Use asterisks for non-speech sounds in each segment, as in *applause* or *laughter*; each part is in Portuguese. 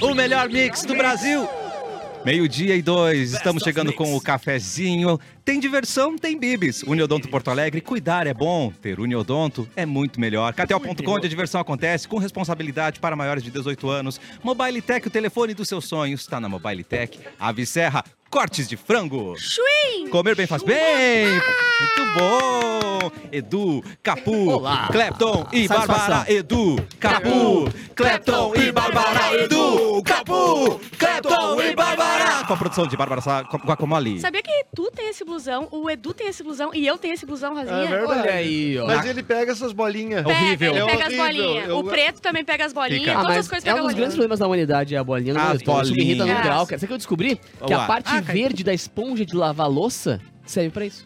o melhor mix do Brasil. Meio-dia e dois, estamos chegando com o cafezinho. Tem diversão, tem bibis. Uniodonto Porto Alegre, cuidar é bom, ter Uniodonto é muito melhor. KTO.com, onde a diversão acontece, com responsabilidade para maiores de 18 anos. Mobile Tech, o telefone dos seus sonhos, está na Mobile Tech. Ave Serra, cortes de frango. Chuim! Comer bem faz bem! Muito bom! Edu, Capu, Olá. Clepton e Satisfação. Bárbara, Edu, Capu, Clepton e Bárbara, Edu, Capu, Clepton e Bárbara! Com a produção de Bárbara Sá, com Guacamole. Sabia que tu tem esse blusão, o Edu tem esse blusão e eu tenho esse blusão rosinha? É verdade. Olha aí, ó. Mas ele pega essas bolinhas. Pega, horrível. ele É pega as horrível. bolinhas. Eu- O preto também pega as bolinhas, Fica. Ah, todas as mas coisas é um pegam dos bolinha. grandes problemas da humanidade, é a bolinha no As meu Deus, Isso me irrita no bolinhas. grau, cara. Sabe o que eu descobri? Que Uá. a parte Ah, caiu. verde da esponja de lavar louça serve pra isso.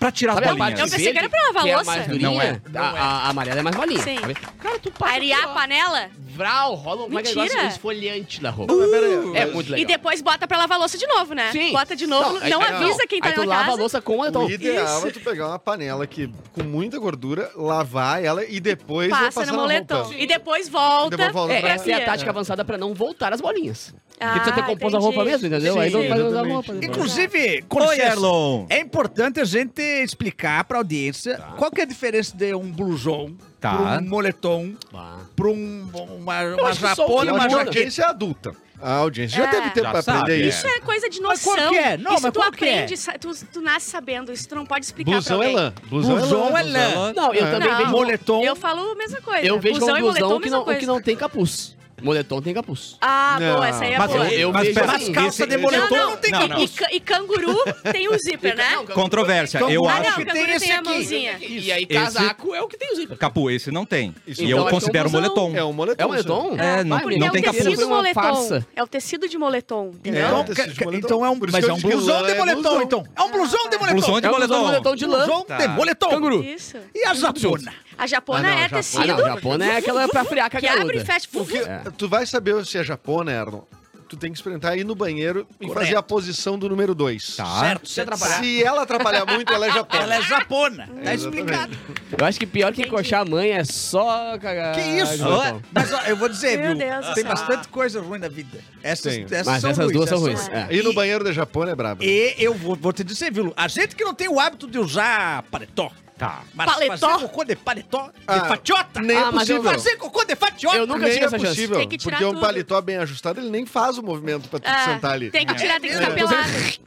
Pra tirar Sabe as a parte Então bolinhas. Eu pensei verde, que era pra lavar que é a louça. mais durinha? Não é. A, a- a amarela é mais molinha. Sim. sabe? Cara, tu passa... Arear a aqui, ó. panela Vral, rola um como é que é o negócio Mentira. esfoliante na roupa. Mas pera aí, é mas muito e legal. depois bota pra lavar a louça de novo, né? Bota de novo, não, aí- aí- avisa quem tá Aí tu na lava a casa. louça com a O tua... ideal é tu pegar uma panela que, com muita gordura, lavar ela e depois eu passa passar no na moletom. roupa. E depois volta. Depois volta É, pra- essa é a assim, tática avançada pra não voltar as bolinhas. Ah, Porque precisa ter composto a entendi. roupa mesmo, entendeu? Sim, aí não vai usar exatamente. roupa. depois. Inclusive, com Oi, licença, Erlon. é importante a gente explicar pra audiência Tá. qual que é a diferença de um blusão Tá. pra um moletom Ah. pra um, uma, uma acho que só o japona que e uma Mas a muda. jaqueta. audiência é adulta. A audiência já É. teve tempo Já pra sabe, aprender é. isso. Isso é coisa de Mas noção. qual que é? Não, Isso mas tu qual que aprende, é? sa- tu, tu nasce sabendo, isso tu não pode explicar Blusão pra é alguém. lã. Blusão, Blusão é lã. Não, eu também Não. vejo... Moletom. Eu falo a mesma coisa. Eu vejo blusão como e moletom, blusão a que mesma não, o coisa. que não tem capuz. Moletom tem capuz. Ah, Não. boa, essa aí é Mas, boa. eu- eu mas, vejo pera- assim. Calça de esse- moletom não, não tem Não, E, ca- e canguru tem o zíper, né? Controvérsia, Então, eu ah, acho... não, que o tem canguru esse tem a aqui. mãozinha. E aí, Esse- casaco é o que tem o zíper. Capu, esse não tem. Isso e então eu é que é um considero blusão. moletom. É um moletom. É um moletom? É, não- Vai, Porque não é o tem capuz. tecido Foi uma moletom. farsa. É o tecido de moletom. É, Então, Entendeu? tem ca- esse de ca- moletom. então é um, Por isso mas que é eu um digo que blusão lã de é moletom, blusão. então. É um blusão de moletom. Blusão de É um blusão moletom. de moletom de lã. Blusão Tá. de moletom. Canguru. Isso. E a japona? A japona Ah, não, é a japona- Ah, não, tecido Japona é aquela pra friar com a que abre e garuda. fecha. Porque É. tu vai saber se é japona, Erlon. Tu tem que experimentar ir no banheiro e Correto. fazer a posição do número 2. Tá. Certo, sem atrapalhar. Se ela atrapalhar muito, *laughs* ela é japona. Ela é japona. Exatamente. Tá explicado. Eu acho que pior que encoxar a mãe é só cagar. Que isso? moletom. Mas ó, eu vou dizer, Meu viu? Deus do tem céu. bastante coisa ruim na vida. Essas, Tem. essas Mas são essas duas são É essas ruins. é. Ir no banheiro da japona é brabo. E eu vou, vou te dizer, viu? A gente que não tem o hábito de usar paletó. Tá. Mas Paletó? fazer cocô de paletó, de Ah, fatiota. nem é Ah, mas eu possível. não. Fazer cocô de fatiota. Eu nunca nem tive é essa chance. possível, Tem que tirar porque um tudo. paletó bem ajustado, ele nem faz o movimento pra tu Ah, sentar ali. Tem que tirar, tem que É. ficar pelado.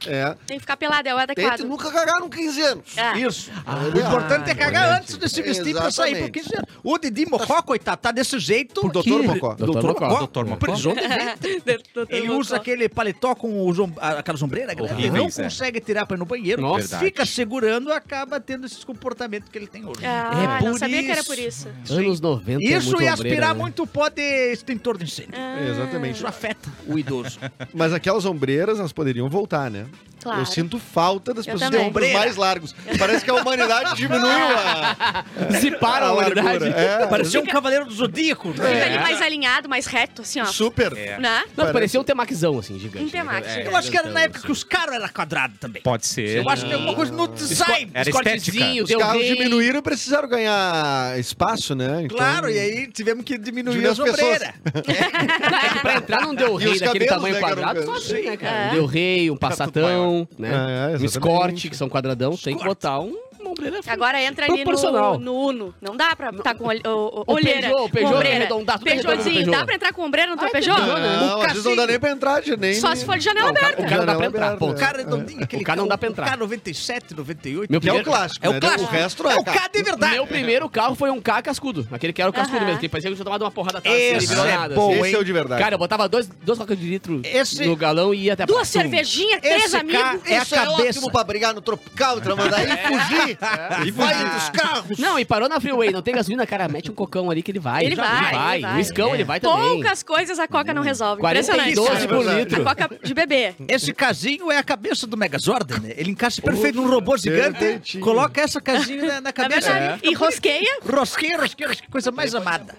É. Tem que ficar pelado, é o Tente adequado. nunca cagar num 15 anos. *laughs* É. Isso. Ah, o importante é cagar importante. antes de se vestir pra sair. Porque é- Exatamente. o Didi Mocó, coitado, tá desse jeito. É, um Por que- Dr. Mocó. Dr. Mocó. Dr. Mocó. Precisou *laughs* de jeito. Ele usa aquele paletó com os om- a- aquelas ombreiras grandes. Ele Horríveis, não é. consegue tirar pra ir no banheiro. Nossa. Verdade. Fica segurando acaba tendo esses comportamentos que ele tem hoje. Ah, É não por sabia que era por isso. isso. Anos 90 é Isso muito e ombreira, aspirar né? muito pó de extintor de incêndio. Ah, Exatamente. Isso Hum, afeta o *laughs* idoso. Mas aquelas ombreiras, elas poderiam voltar, né? Claro. Eu sinto falta das Eu pessoas também. com ombros mais largos. Parece que a humanidade diminuiu Ah, a, Se para a *laughs* a largura. verdade. *laughs* É, Parecia um cavaleiro do zodíaco. Fica né? ali mais alinhado, mais reto, assim, ó. super. Né? Não, parecia um temaquizão, assim, gigante. Um temac, né? gigante. Eu acho que era na época que os caras eram quadrados também. Pode ser. Eu acho que tem alguma coisa no design. Era estética. Cortezinho, Os deu carros rei. diminuíram e precisaram ganhar espaço, né? Então- Claro, e aí tivemos que diminuir Diminuir as as pessoas. ombreiras. É que pra entrar num Del E Rey os daquele cabelos, tamanho né, quadrado, garoto? só assim, né, É. cara? Um Del Rey, um passatão, né? É, é, um exatamente. escorte, que são quadradão, tem que botar um uma ombreira. Agora entra ali no, Proporcional. no Uno. Não dá pra tá com olhe- o- o- O olheira. Peugeot, o Peugeot com ombreira. é arredondado, tudo arredondado no Peugeotzinho. Peugeot. Dá pra entrar com ombreira no teu Ai, Peugeot? Peugeot, né? Não, às vezes não dá nem pra entrar, de nem. Só se for de janela Não, o cara- aberta. o cara dá Janela pra entrar, aberta, ponto. é. O cara redondinho, aquele O cara não dá pra entrar. K97, 98. Meu Que é o primeiro- clássico. É o né? clássico. O resto não é. É o cara. K de verdade. Meu primeiro carro foi um K cascudo. Aquele que era o cascudo Aham. mesmo, que parecia que eu tinha tomado uma porrada atrás. ele Esse virou é nada, bom, assim. Esse é o de verdade. Cara, eu botava dois, dois rocas de litro Esse- no galão e ia até a Duas praia. cervejinhas, três Esse amigos. cara é a Isso cabeça. ótimo pra brigar no tropical, tramandar *laughs* e fugir. Uhum. E vai entre os carros. Não, e parou na freeway, não tem gasolina, cara, mete um cocão ali que ele vai. Ele já vai, ele vai. vai. É. O escão, ele vai também. Poucas coisas a Coca não resolve. 42 Impressionante. por Verdade. litro. A Coca de bebê. Esse casinho é a cabeça do Megazord, né? Ele encaixa perfeito num robô gigante, perfeitinho. coloca essa casinha na, na Na cabeça. verdade. E rosqueia. Rosqueira, rosqueira, que coisa mais amada.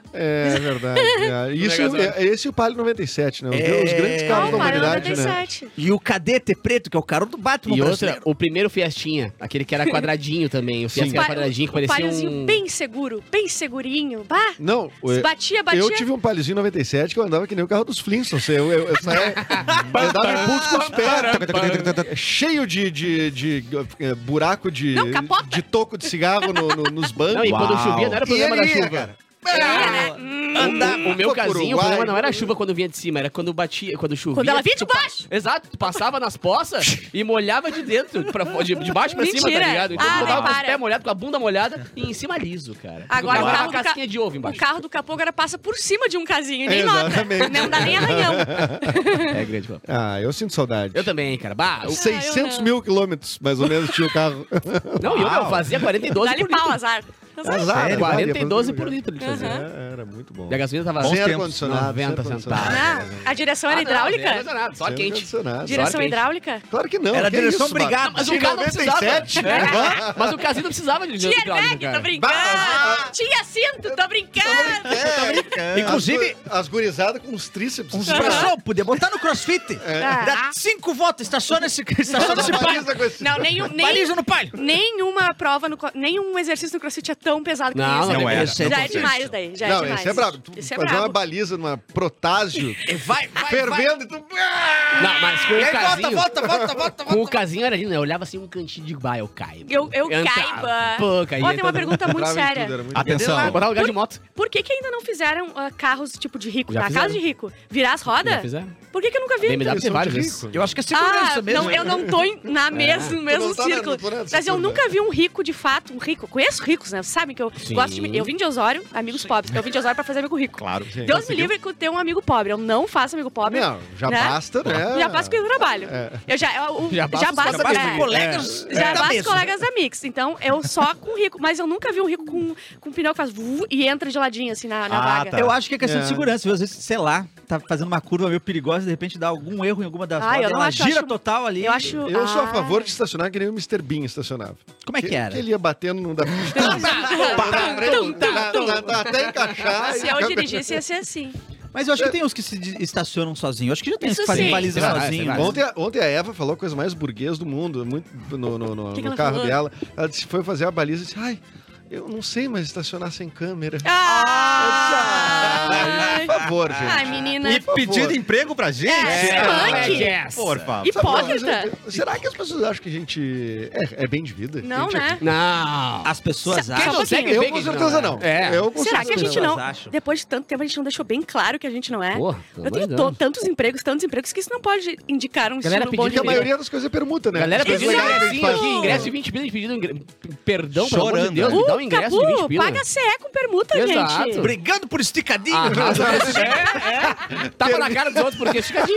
*laughs* É verdade. é. Isso, é, esse e o Palio 97, né? Os, É. os grandes carros Não, da para humanidade, né? 97. E o cadete preto, que é o carro do Batman E outra, brasileiro. o primeiro Fiestinha, aquele que era quadradinho, também. O Fiat Sim. era Pa- quadradinho que um parecia paliozinho um... bem seguro, bem segurinho. Bah, Não, se eu- batia, batia. eu tive um palizinho 97 que eu andava que nem o carro dos Flintstones. Eu, eu, eu saía, eu dava impulso com os pés. Cheio de, de, de, eh, buraco de, Não, capota. de toco de cigarro no- no- nos bancos. Não, e quando Uau. chovia não era problema ele da ia, chuva. cara. né? O meu Foi pro casinho, o Uruguai. problema não era a chuva quando vinha de cima, era quando batia, quando chovia. Quando ela vinha de tu pa- baixo. Exato, tu passava nas poças e molhava de dentro, pra, fo- de, de baixo pra cima, Mentira. tá ligado? Então Ah, tu botava nem com os para. pés molhados, com a bunda molhada e em cima liso, cara. Agora Tu o botava carro, uma do ca- casquinha de ovo o embaixo. carro do capô agora passa por cima de um casinho e nem Exatamente. nota. Não dá nem arranhão. É grande, papo. Ah, eu sinto saudade. Eu também, cara. Bah, eu- 600 não. mil quilômetros, mais ou menos, tinha *laughs* o carro. não, e eu, meu, fazia 40 e 12 Dá-lhe por pau, litro. azar. Azar, 40 e 12 por Aham. litro ele fazia. né? É, era muito bom. E a gasolina tava Bons Sem tempos. ar-condicionado. sem 90 ar-condicionado. centavos. Não, Né? a direção era Ah, não, não hidráulica? era nada, Só Sem quente. ar-condicionado. direção quente. hidráulica? Claro que não. Era que direção isso, mano? brigada. Mas Em o carro não precisava. 97? É. Mas o casinho não precisava de Tinha hidráulica, neg, tô cara. brincando. Tinha cinto, tô brincando. É, Inclusive- As, as gurizadas com os tríceps. Uns assim, braços, podia botar no crossfit. Ah, Dá cinco voltas, estaciona esse, estaciona toda esse palho. baliza com esse- Não, nenhum, nem, Paliza no palho. nenhuma prova, no, co- nenhum exercício no crossfit é tão pesado que Não, isso. Não não, era. esse é já é bom. demais daí, já é não, demais. esse é brabo. Tu Esse é fazer uma brabo. baliza numa protásio E Vai, vai, vai. fervendo e tu. Não, mas com E o aí casinho... volta, volta, volta, volta, Com o volta. casinho era lindo, né? Eu olhava assim um cantinho de baio, eu caio. Eu, eu Entrava, caiba. Pô, caía Ó, tem uma todo- pergunta muito Entrava em séria. tudo, né? era muito Atenção. Botar um lugar de moto. Por que, que ainda não fizeram ah, carros tipo de rico? Já tá? fizeram. Casa de rico. Virar as Já rodas? fizeram? Por que, que eu nunca vi? BMW tem São várias de vezes. rico. Eu acho que é segurança Ah, mesmo. não, eu não tô em- É. na mes- no mesmo não tá na- círculo. não tô nessa mas eu turma. nunca vi um rico de fato, um rico. Conheço ricos, né? Vocês sabem que eu Sim. gosto de. Eu vim de Osório, amigos pobres. Então eu vim de Osório pra fazer amigo rico. Claro. Deus me livre de ter um amigo pobre. Eu não faço amigo pobre. Não, É. já Né? basta, né? Já passo com o trabalho. Eu já, eu- eu- Já já basta basta, os Já basta é. com colegas Tá Já da basta mesa. colegas da Mix. Então, eu só com rico. Mas eu nunca vi um rico com, com um pneu que faz vu e entra de ladinho, assim, na, na Ah, vaga. tá. Eu acho que é questão É. de segurança. viu? Às vezes, sei lá, tá fazendo uma curva meio perigosa e de repente dá algum erro em alguma das Ah, rodas, eu não ela acho, eu gira acho- total ali. Eu acho... Eu sou a Ah. favor de estacionar que nem o Mr. Bean estacionava. Como é que era? ele ia batendo no da Então tá, Então tá, até encaixar. Se é eu dirigisse, ia ser assim. Mas eu acho que tem uns que se de- estacionam sozinho. Eu acho que já tem uns Isso que fazem sim. baliza É. Tem vários, sozinho. tem né? Ontem, a- ontem a Eva falou a coisa mais burguesa do mundo, muito no, no- no- Que que no ela carro falou? dela. Ela disse, foi fazer a baliza e disse, ai, eu não sei mais estacionar sem câmera. Ah! Por favor, Ah! gente. Ai, menina. E pedindo emprego pra gente? Né? É, manque. Por favor. Sabe, Hipócrita. mas, Será que as pessoas acham que a gente é, é bem de vida? Não, Gente, né? Não. As pessoas Sa- acham. só- consegue Eu ver com que certeza não não. é. É. Eu com Será que a certeza gente elas não... acham. Depois de tanto tempo, a gente não deixou bem claro que a gente não é. Porra, Eu tenho to- tantos empregos, tantos empregos, que isso não pode indicar um Galera estilo bom de pedindo Porque a Entendi. vida. maioria das coisas é permuta, né? Galera Coisas pedindo Exato. legais que a gente ingressinho faz. aqui, ingresso de 20 pila, pedindo ingre- perdão, pelo amor Chorando, de Deus, né? me dá um Uh, ingresso Capu, de 20 pila. paga CE com permuta, Exato. gente. Brigando por *laughs* esticadinho. Arrasa pra- é, é. Tapa na cara dos outros porque fica de...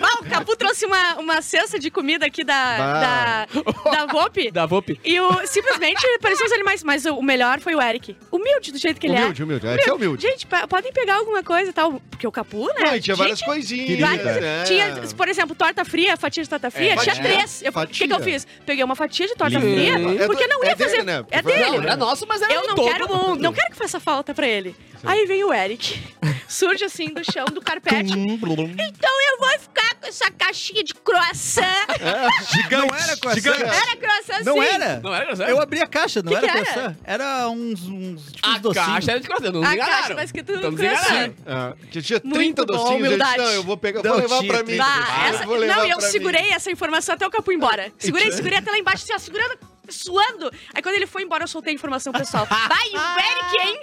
Ah, o Capu trouxe uma, uma cesta de comida aqui da, Bah. da, da Vop. Da Vop. E o, simplesmente pareciam os animais. Mas o o melhor foi o Eric. Humilde do jeito que ele Humilde, é. humilde. É que é humilde. Gente, pa- podem pegar alguma coisa e tal. Porque o Capu, né? Não, e tinha várias coisinhas. várias- né? Tinha, por exemplo, torta fria, fatia de torta fria, É, tinha fatia. três. Eu- O que, que eu Fatia. fiz? Peguei uma fatia de torta Lindo. fria, É do- porque não é ia dele, fazer. né? É dele. Não, Era nosso, mas era Eu de não todo quero, mundo. não quero que faça falta pra ele. Aí vem o Eric. *laughs* Surge assim do chão do carpete. Tum, blum. Então eu vou ficar com essa caixinha de croissant. É. Gigante. Não era com essa- gigante. Era croissant sim. Não era? Não era groselha? Eu abri a caixa, não Que era que era? croissant. Era uns, uns, tipo, uns A docinhos. caixa é era de coração, não A me enganaram. caixa tá escrito no Então nos coração. enganaram. Ah, que tinha Muito 30 bom, docinhos. eu disse, humildade. não, eu vou pegar, Não vou levar tinha pra mim. 30 Bah, Eu essa- vou levar Não, eu pra mim. segurei essa informação até o Capu ir embora. Segurei, segurei até lá embaixo, assim, ó, segurando, suando. Aí quando ele foi embora, eu soltei a informação pro pessoal. Vai, o Eric, hein?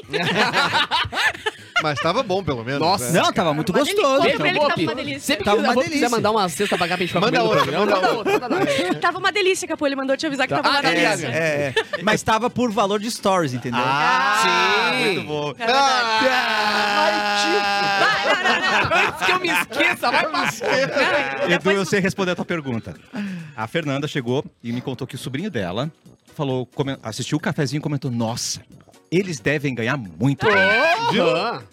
Mas tava bom, pelo menos. Nossa. né? Não, tava muito Uma delícia. gostoso. Conta pra Então, ele que tava Bope, tá uma delícia. Sempre que Tava a uma Bope delícia. quiser mandar uma cesta pra cá pra gente ficar Manda comendo outra, no programa, manda manda outra, manda outra. Tava uma delícia, Capu. Ele mandou te avisar que Tá. tava uma Ah, tá delícia. ligado. É, é. Mas tava por valor de stories, entendeu? Ah, Sim. muito bom. É verdade. Ah, Vai, não, não, não. Antes que eu me esqueça, vai passar. Edu, eu sei responder a tua pergunta. A Fernanda chegou e me contou que o sobrinho dela falou, come- assistiu o cafezinho e comentou: Nossa, eles devem ganhar muito. Aham.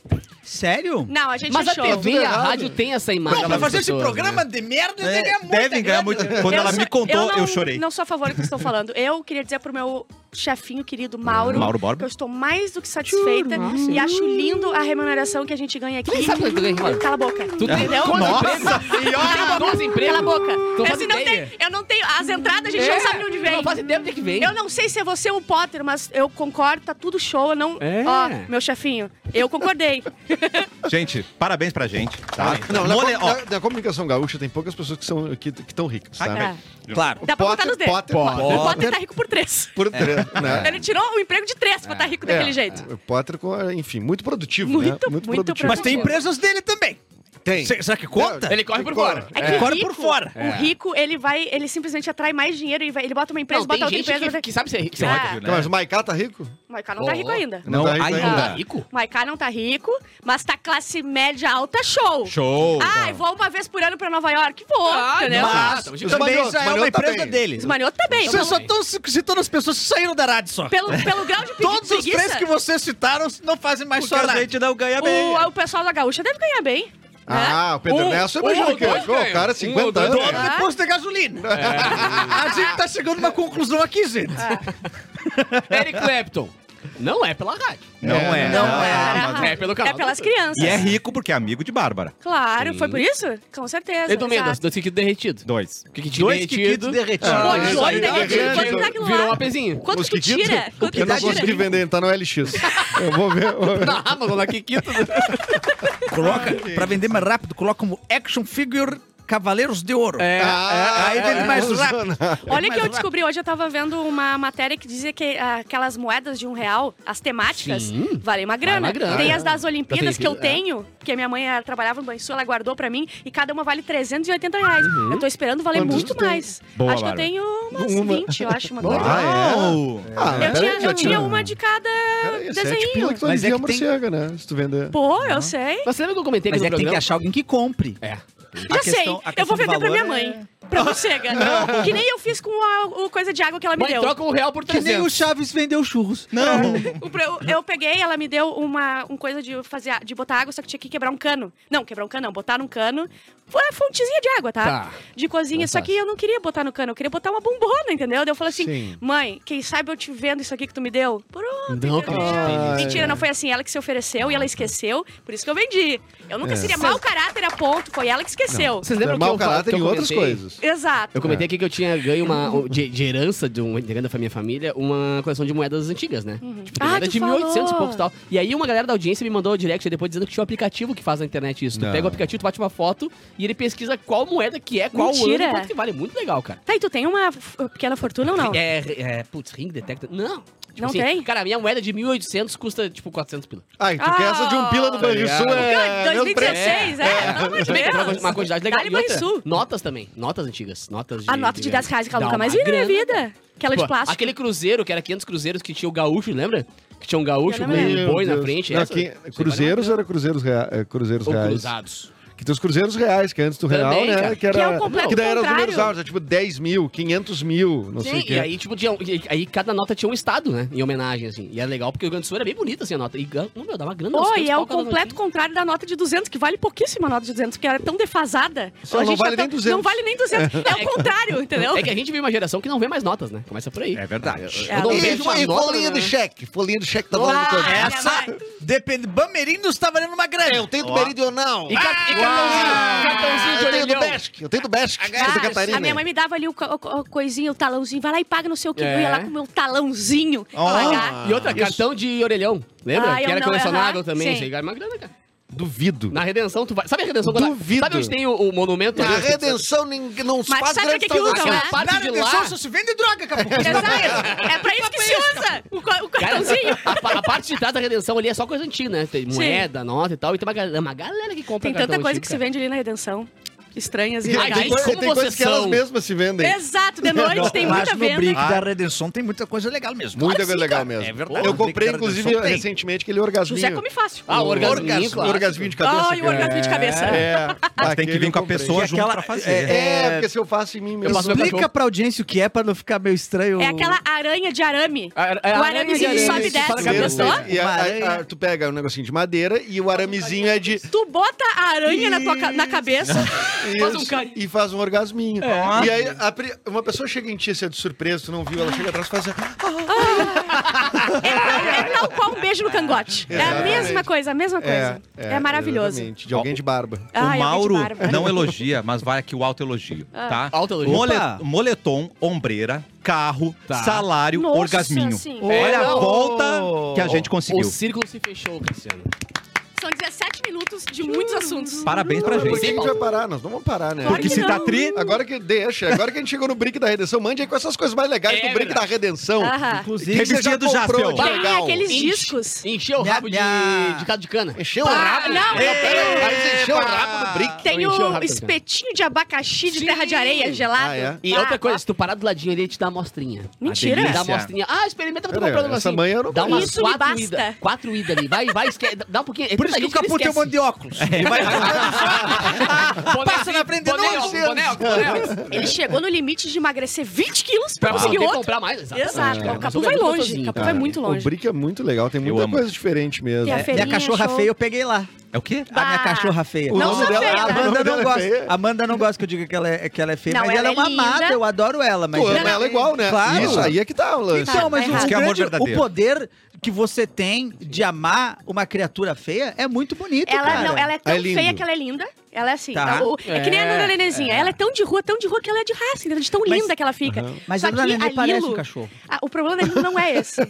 Sério? Não, a gente Mas a achou. TV e a errado. rádio tem essa imagem. Pô, pra das fazer esse pessoas, programa né? de merda, É, é, devem ganhar muito. Quando Eu ela sou- me contou, eu, não- chorei. Não sou a favor do que vocês estão falando. Eu queria dizer pro meu chefinho querido Mauro. Mauro Borba. que Eu estou mais do que satisfeita e acho lindo a remuneração que a gente ganha aqui. Nem sabe quanto ganha, Mauro. Cala a boca. Tu tem Entendeu? Nossa senhora! Doze Cala a empregos! boca. Não Eu, faz se É, assim, não ideia. É, tem- eu não tenho. As entradas a gente não sabe de onde vem. Não faz ideia de onde é que vem. Eu não sei se é você ou o Potter, mas eu concordo, tá tudo show. Eu não. É. Ó, meu chefinho, eu concordei. Gente, parabéns pra gente, tá? Não, na, Mole- com- ó, na- na comunicação gaúcha tem poucas pessoas que são que estão ricas, ai, tá? cara. peraí. Claro. Ah, é. Dá pra botar nos dedos. É. Potter, Potter. O Potter, Potter tá rico por três. por três, né? Ele tirou o emprego de três pra estar tá rico daquele É, jeito. O Potter, com- enfim, muito produtivo, né? Muito, muito Mas tem Não. empresas dele também. Tem. Se- Será que conta? Ele corre por fora. É É. que o Fora rico, por fora. O rico, ele vai, ele simplesmente atrai mais dinheiro e vai- ele bota uma empresa, Não, bota tem outra gente empresa. que, outra- que sabe ser rico. Ah. ódio, né? Não, mas o Maiká tá rico? O Maiká não tá Oh. rico ainda. Não, Não tá rico ainda. Tá rico? O Maiká não tá rico, mas tá classe média alta, show. Show. Ai, vou uma vez por ano pra Nova York. Vou, Ah, entendeu? nossa. Mas Os também maniotos, já é uma maniotos tá empresa bem. dele. Os maniotos também. Vocês só Pelo, estão citando as pessoas que saíram da rádio só. pelo, pelo grau de pregui- Todos os preguiça, três que vocês citaram não fazem mais Porque só a rádio. gente não ganha bem. o, o pessoal da Gaúcha deve ganhar bem. né? Ah, o Pedro Um- Nesso, eu um imagino ou que dois pô, o ganham. Um cara ou 50 dois anos. Todo Ah. depois de gasolina. *laughs* A gente tá chegando numa conclusão aqui, gente. Eric Clapton. Não é pela rádio. Não é. É, não né? é. Ah, mas- É pelo canal. É pelas do- crianças. E é rico porque é amigo de Bárbara. Claro, foi por isso? Com certeza. E do Mendas, exato. *laughs* dois quiquitos derretidos. Dois. Quiquitinho Dois derretido. quiquitos derretidos. Pô, Ah, isso dois aí, derretidos, derretido. quanto tá aquilo lá? Virou um apezinho. Quanto Os que Kikitos? tira? Quanto Eu que não tira? consegui vender, ele tá no LX. Eu vou ver. *laughs* eu vou ver. Na Amazon, lá, Kikito. Coloca, pra vender mais rápido, coloca como action figure Cavaleiros de Ouro. É. Ah, Aí vende mais não, rápido. Olha Mas que eu lá- descobri hoje, eu tava vendo uma matéria que dizia que ah, aquelas moedas de um real, as temáticas, Sim. valem uma grana. uma grana. Tem as das Olimpíadas Da que eu Olimpíada, tenho, que a minha mãe ela trabalhava no Banrisul, ela guardou pra mim, e cada uma vale 380 reais. Eu tô esperando valer Quantos muito tu tem? mais. Boa, acho que eu Bárbara. tenho umas Uma. 20, eu acho, uma coisa. Ah, é? Uau. Ah, eu tinha, peraí, eu já tinha uma de cada Peraí, tipo sete pila desenho. que tu Mas é envia que tem- morcega, né? Se tu vender. Pô, eu sei. Mas você lembra que eu comentei Mas aqui é que no tem que programa? achar alguém que compre. É. Já A questão- a sei, eu questão vou do vender pra valor minha é- mãe. Pra morcega. que nem eu fiz com a, o coisa de água que ela me Mãe, deu. troca um real por Que nem o 300. Chaves vendeu churros. Não. O pre- eu- Eu peguei, ela me deu uma, um coisa de fazer a- de botar água, só que tinha que quebrar um cano. Não, quebrar um cano, não, botar num cano. Foi a fontezinha de água, tá? Tá. De cozinha. Só que eu não queria botar no cano, eu queria botar uma bombona, entendeu? Daí eu falei assim: Sim. mãe, quem sabe eu te vendo isso aqui que tu me deu? Pronto. Não, entendeu? acredito nisso. Mentira, não foi assim. Ela que se ofereceu e ela esqueceu, por isso que eu vendi. Eu nunca seria mau caráter a ponto, foi ela que esqueceu. Vocês É lembram que eu mau fa- caráter que eu em outras comentei? coisas. É. Exato. Eu comentei aqui que eu tinha ganho uma, um- de, de herança de um integrante da minha família uma coleção de moedas antigas, né? Tipo, Ah, moeda tu de 1800 e falou. poucos e tal. E aí uma galera da audiência me mandou o direct aí depois dizendo que tinha um aplicativo que faz na internet isso. Tu Não. pega o aplicativo, tu bate uma foto e ele pesquisa qual moeda que é, qual Mentira. ano e quanto que vale. Muito legal, cara. Tá, e tu tem uma f- pequena fortuna ou não? É, é, putz, ring detector. Não. Tipo Não assim, tem? Cara, a minha moeda de 1800 custa, tipo, 400 pila. Ah, e tu quer essa de um pila do Ah, Banrisul é... Porque mesmo preço. 2016, é, pelo amor de Também Deus. tem uma- uma quantidade legal. Dá-lhe E outra, Banrisul. notas também. Notas antigas. Notas de... A nota de 10 reais que ela Dá nunca mais uma vi na minha grana, vida. Aquela de Pô, plástico. Aquele cruzeiro, que era 500 cruzeiros, que tinha o gaúcho, lembra? Que tinha um gaúcho Eu com lembro. um Meu boi na Deus. frente. Não, essa- que- isso aí cruzeiros era cruzeiros, rea- é, cruzeiros vale uma grana. Ou reais. cruzados. Que tem os cruzeiros reais, que é antes do Também, real, né? cara. Que, era, Que é o completo que daí eram os contrário. números altos, é tipo 10 mil, 500 mil, não sei Sim, o quê. e aí, tipo, tinha, um- e- aí cada nota tinha um estado, né? Em homenagem, assim. E era legal, porque o Rio Grande do Sul era bem bonita, assim, a nota. E, gan- oh, meu, dava grana. Pô, uns e 500 é pau o cada completo notinha. contrário da nota de 200, que vale pouquíssima a nota de 200, porque era tão defasada. Só A não gente já vale tá- nem 200. Não vale nem 200. *laughs* É o contrário, entendeu? É que a gente vive uma geração que não vê mais notas, né? Começa por aí. É verdade. Eu não É, vejo uma nota. né? cheque, folhinha de cheque tá Ah, minha Essa, mãe. depende. Bamerindos tá valendo uma grana. tenho do Meridional. E, ca- e cartãozinho, cartãozinho de orelhão. Ah! eu tenho do Besk, Ah, a minha mãe me dava ali o, co- o- o coisinho, o talãozinho. Vai lá e paga não sei o que. É. Eu ia lá com o meu talãozinho. Ah. pagar. Ah, E outra, cartão de orelhão. Lembra? Ah, eu que era não, colecionável aham, também. sim. Isso aí ganha uma grana, cara. Duvido. Na Redenção, tu vai... Sabe a Redenção? quando- Duvido. Sabe onde tem o, o monumento? ali? ninguém não Mas faz sabe pra grandes que que usam, Aquela né? parte de lá... só se vende droga, capô. Exato. É pra isso que se usa o, co- o Cara, cartãozinho. a, pa- a parte de trás da redenção ali é só coisa antiga, né? Tem moeda, nota e tal. E tem uma, gal- uma galera que compra Tem tanta coisa que se vende ali na Redenção. Estranhas e Ai, legais. tem coisa- Tem Como coisas vocês que elas são? mesmas se vendem. Exato, de noite tem Mas muita no venda. Brick da Redenção tem muita coisa legal mesmo. Muita Claro coisa sim, legal cara. mesmo. É verdade. Eu No Brick comprei, da Redenção inclusive, tem. recentemente aquele José orgasminho. come fácil. Ah, o orgasminho, Orgas- claro. Orgasminho de cabeça. Ai, o orgasminho de cabeça. É. É. Mas tem Aquele que vir com a eu comprei. pessoa junto aquela- pra fazer. É, porque se eu faço em mim mesmo. posso ver Explica cachorro. pra audiência o que é pra não ficar meio estranho. É aquela aranha de arame. A- a- o a- aramezinho a- que a- sobe a- e desce. fala que a Já pessoa- pensou? é E a- a- aranha. a- tu pega um negocinho de madeira e o aramezinho é de. Tu bota a aranha na, tua ca- na cabeça Faz um Isso, carinho. E faz um orgasminho. É. E aí, a pri- uma pessoa chega em ti, assim, de surpresa, tu não viu, ela chega atrás e faz assim, É tal qual um beijo no cangote. É a Exatamente. mesma coisa, a mesma coisa. É, maravilhoso. exatamente, De alguém de barba. Ai, o alguém de Mauro barba. Ah. não é elogia, mas vai aqui o autoelogio, tá? Autoelogio. Mole- Opa. moletom, ombreira, carro, Tá. salário, Nossa, um assim. orgasminho. sim. Olha a Olha, volta ô. que a gente O conseguiu. círculo se fechou, Cristiano. São 17 minutos de muitos assuntos. Parabéns pra Por que a gente. gente vai parar? Nós não vamos parar, né? Claro Porque que se tá não. tri, Agora que deixa, agora que a gente chegou no Brick da Redenção, mande aí com essas coisas mais legais É do Brick da verdade. Redenção. Aham. Inclusive, você já Revistinha do comprou Jaspion. de Tem legal. aqueles Enche- discos. Encheu o Nha, rabo de, nha. de caldo de cana. Encheu o Ah, rabo. não, eu tenho- Parece encheu o rabo do Brick. Tem Encheu o rápido, espetinho de abacaxi de terra de areia gelado. Tá. Ah, é? E outra coisa, se tu parar do ladinho ali, ele te dá uma amostrinha. Mentira. Ele dá Delícia. uma amostrinha. Ah, experimenta pra tu Pera aí, comprar um negocinho. essa manhã eu não Dá umas conheço. Isso me quatro basta. idas. Quatro idas ali. Vai, vai, esquece. Dá um pouquinho. Por isso que o Capu tem um monte de óculos. É. Ele vai Passa na frente de nós, Boné, boné, boné. Ele chegou no limite de emagrecer 20 quilos pra Pra conseguir conseguir outro. comprar mais. exatamente, Exato. cara. O Mas Capu vai é muito longe. O gostosinho, Capu cara. vai Então muito O longe. Brick é muito legal, tem Eu muita amo. coisa diferente mesmo. É, Tem a Minha Feirinha, cachorra show. feia, eu peguei lá. É o quê? A minha Bah. cachorra feia. O Não nome sou dela- feia. né? A o nome Amanda dela não é gosta. feia. A Amanda não gosta que eu diga que ela é, que ela é feia, Não, mas ela, ela é uma é amada, linda. eu adoro ela, mas Tu ela- ama ela igual, né? Claro. Isso aí é que tá o lance. Então, Tá, tá mas errado. o, grande, Que amor o verdadeiro. poder que você tem de amar uma criatura feia é muito bonito, Ela, cara. não, ela é tão É lindo. feia que ela é linda. Ela é assim. Tá. ela- o- é que nem a Nana É, Nenezinha. Ela é tão de rua, tão de rua que ela é de raça, entendeu? De tão Mas- linda que ela fica. Mas é- Só a dona que Nenê parece Lilo- um cachorro. Ah, o problema da Lilo não é *laughs* esse.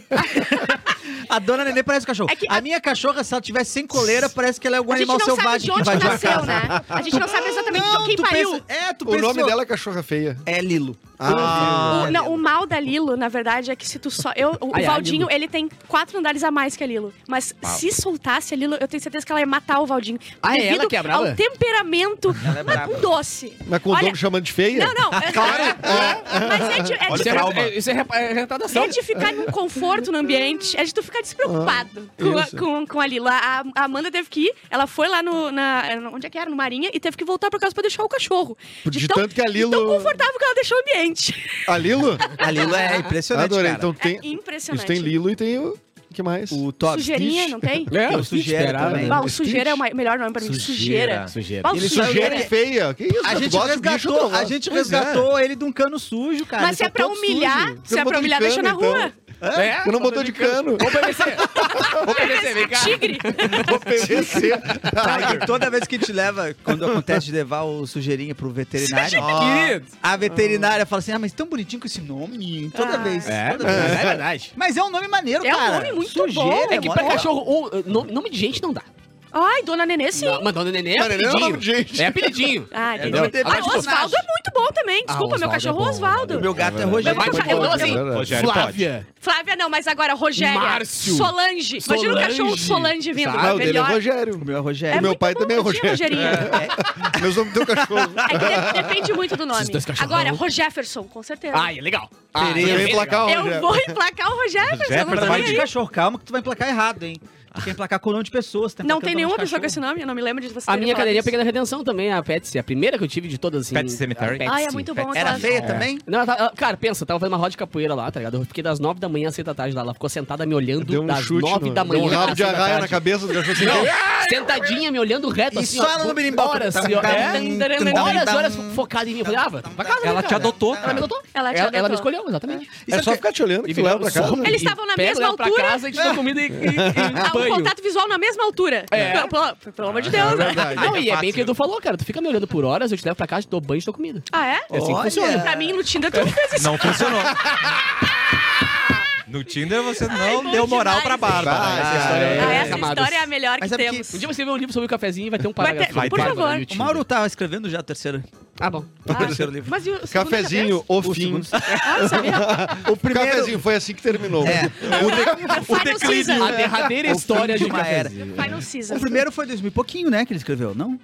A dona Nenê parece um cachorro. É que a, a- minha cachorra, se ela tivesse sem coleira, parece que ela é algum a gente animal não sabe de selvagem que onde vai nasceu, né? A gente não sabe exatamente de quem tu pariu. pensa- é, tu O pensou. nome dela é cachorra feia. é Lilo. Ah, O, não, o mal da Lilo, na verdade, é que se tu só. Eu, o Ai, ai, Valdinho, Lilo. ele tem quatro andares a mais que a Lilo. Mas se soltasse a Lilo, eu tenho certeza que ela ia matar o Valdinho. Ah, é ela Devido que é brava? ao temperamento. Ela é mas brava. um doce. mas com o Olha- dono chamando de feia? Não, *laughs* não. é- é- Mas é de, é de- Olha Isso é, Trauma. é- isso é re- é retardação. é de ficar num conforto no ambiente, é de tu ficar despreocupado com, a, Ah, isso. com, com a Lila. A, a Amanda teve que ir, ela foi lá no. na- onde é que era? No Marinha, e teve que voltar pra casa pra deixar o cachorro. De tanto que a de tão Lilo- confortável que ela deixou o ambiente. A Lilo? A Lilo é impressionante, Adorei. cara. Então tem. é impressionante. Isso tem Lilo e tem o. O que mais? O Top Sujeirinha, não tem? É, Eu sugiro esperava, também. né? Bah, o sujeira é o mai- melhor nome pra mim. Sujeira. Sujeira. Bah, o Ele sujeira. Sujeira e feia. Que isso? A tu gente gosta de bicho, tu resgatou, não a gosta? gente Pois resgatou ele de um cano sujo, cara. Mas se Ele é tá pra todo humilhar, sujo. se é botou pra de humilhar, deixa na cano, então. rua. É? Tu não botou de cano. Ô, é PVC. Ô, PVC, vem cá. Tigre. Vou PVC. Cara, que toda vez que te leva, quando acontece de levar o sujeirinha pro veterinário, Querido. a veterinária fala assim: Ah, mas tão bonitinho com esse nome. Toda Ah. vez. É, toda vez. mas é verdade. Mas é um nome maneiro, É um cara. nome muito Sujeira, bom. É É que mó pra legal. cachorro, ou, nome, nome de gente não dá. Ai, dona Nenê, sim. Não, mas dona Nenê é Dona Nenê é apelidinho. nome de gente. É apelidinho. Ah, entendi. não, tem Ah, mais o Osvaldo é muito bom também. Desculpa, meu Osvaldo é cachorro é bom, Osvaldo. O meu gato é, Mas Rogério. vamos Mas, achar- eu não, vou assim, É verdade. Rogério, pode. Flávia. Flávia não, mas agora Rogéria. Márcio. Solange. Imagina o Solange. cachorro Solange vindo. Sabe, Ah, o dele é o melhor. O Rogério. meu é Rogério. É meu muito pai bom, também é bom dia, Rogério. Rogerinha. Meus nomes do cachorro. É que de- depende muito do nome. Esses dois cachorrão. Agora, Rogerferson, com certeza. Ah, é legal. Ah, Tereza. é Vem legal. placar o Eu Rogério. vou emplacar o é Rogerferson. eu não tô Jefferson Pra é vai nome nem de aí. cachorro, calma que tu vai emplacar errado, hein. Tu quer emplacar com o nome de pessoas. tu Não emplacando tem o nome nenhuma de pessoa com cachorro. esse nome, eu não me lembro de você. A minha cadeirinha Pequena Redenção também, a Petsy. A primeira que eu tive de todas, assim. Pet Cemetery. a Petsy. Ai, é muito bom Era aquela- feia também? Não, ela tava- ela- cara, pensa, tava fazendo uma roda de capoeira lá, tá ligado? Eu fiquei das nove da manhã às seis da tarde lá. Ela ficou sentada me olhando Deu um das chute. nove no- da deu manhã. um rabo às de seis da arraia na tarde. cabeça do cachorro. Não, sentadinha, me olhando reto, E assim, só ó, ela no por berimbau. Horas, assim, ó. É. Horas, Tam, horas tam. focada em mim. Eu falei, ah, vai pra casa, né, Ela te cara? adotou, Ela me cara. adotou. Ela te ela, ela adotou. me escolheu, exatamente. É só ficar te olhando que tu leva pra casa. Eles estavam na Pega, mesma leva altura. Pra casa, a gente deu comida e, e, e Ah, um banho. contato visual na mesma altura. É. Pelo- Pelo, pelo amor de Deus, né? Não, e é bem o que o Edu falou, cara. Tu fica me olhando por horas, eu te levo pra casa, te dou banho e te dou comida. Ah, é? É assim que Olha. funciona. Pra mim, no Tinder, tu não fez isso. Não funcionou. No Tinder você não bom deu moral demais. pra Bárbara. Vai, né? essa Ah, é. Ah, é, essa camadas. história é a melhor que Mas sabe que- temos. Um dia você vê um livro sobre o cafezinho e vai ter um Vai ter- parágrafo. por Bárbara favor. no YouTube. É. O Mauro tava escrevendo já a terceira. Ah, *laughs* bom. O terceiro livro. Mas e o segundo Cafezinho, o fim. segundo- Ah, sabia? *laughs* O primeiro... Cafezinho, foi assim que terminou. Final Season. A derradeira é O história de fim de um uma era. cafezinho. Final Season. O primeiro foi 2000 e pouquinho, né, que ele escreveu, não?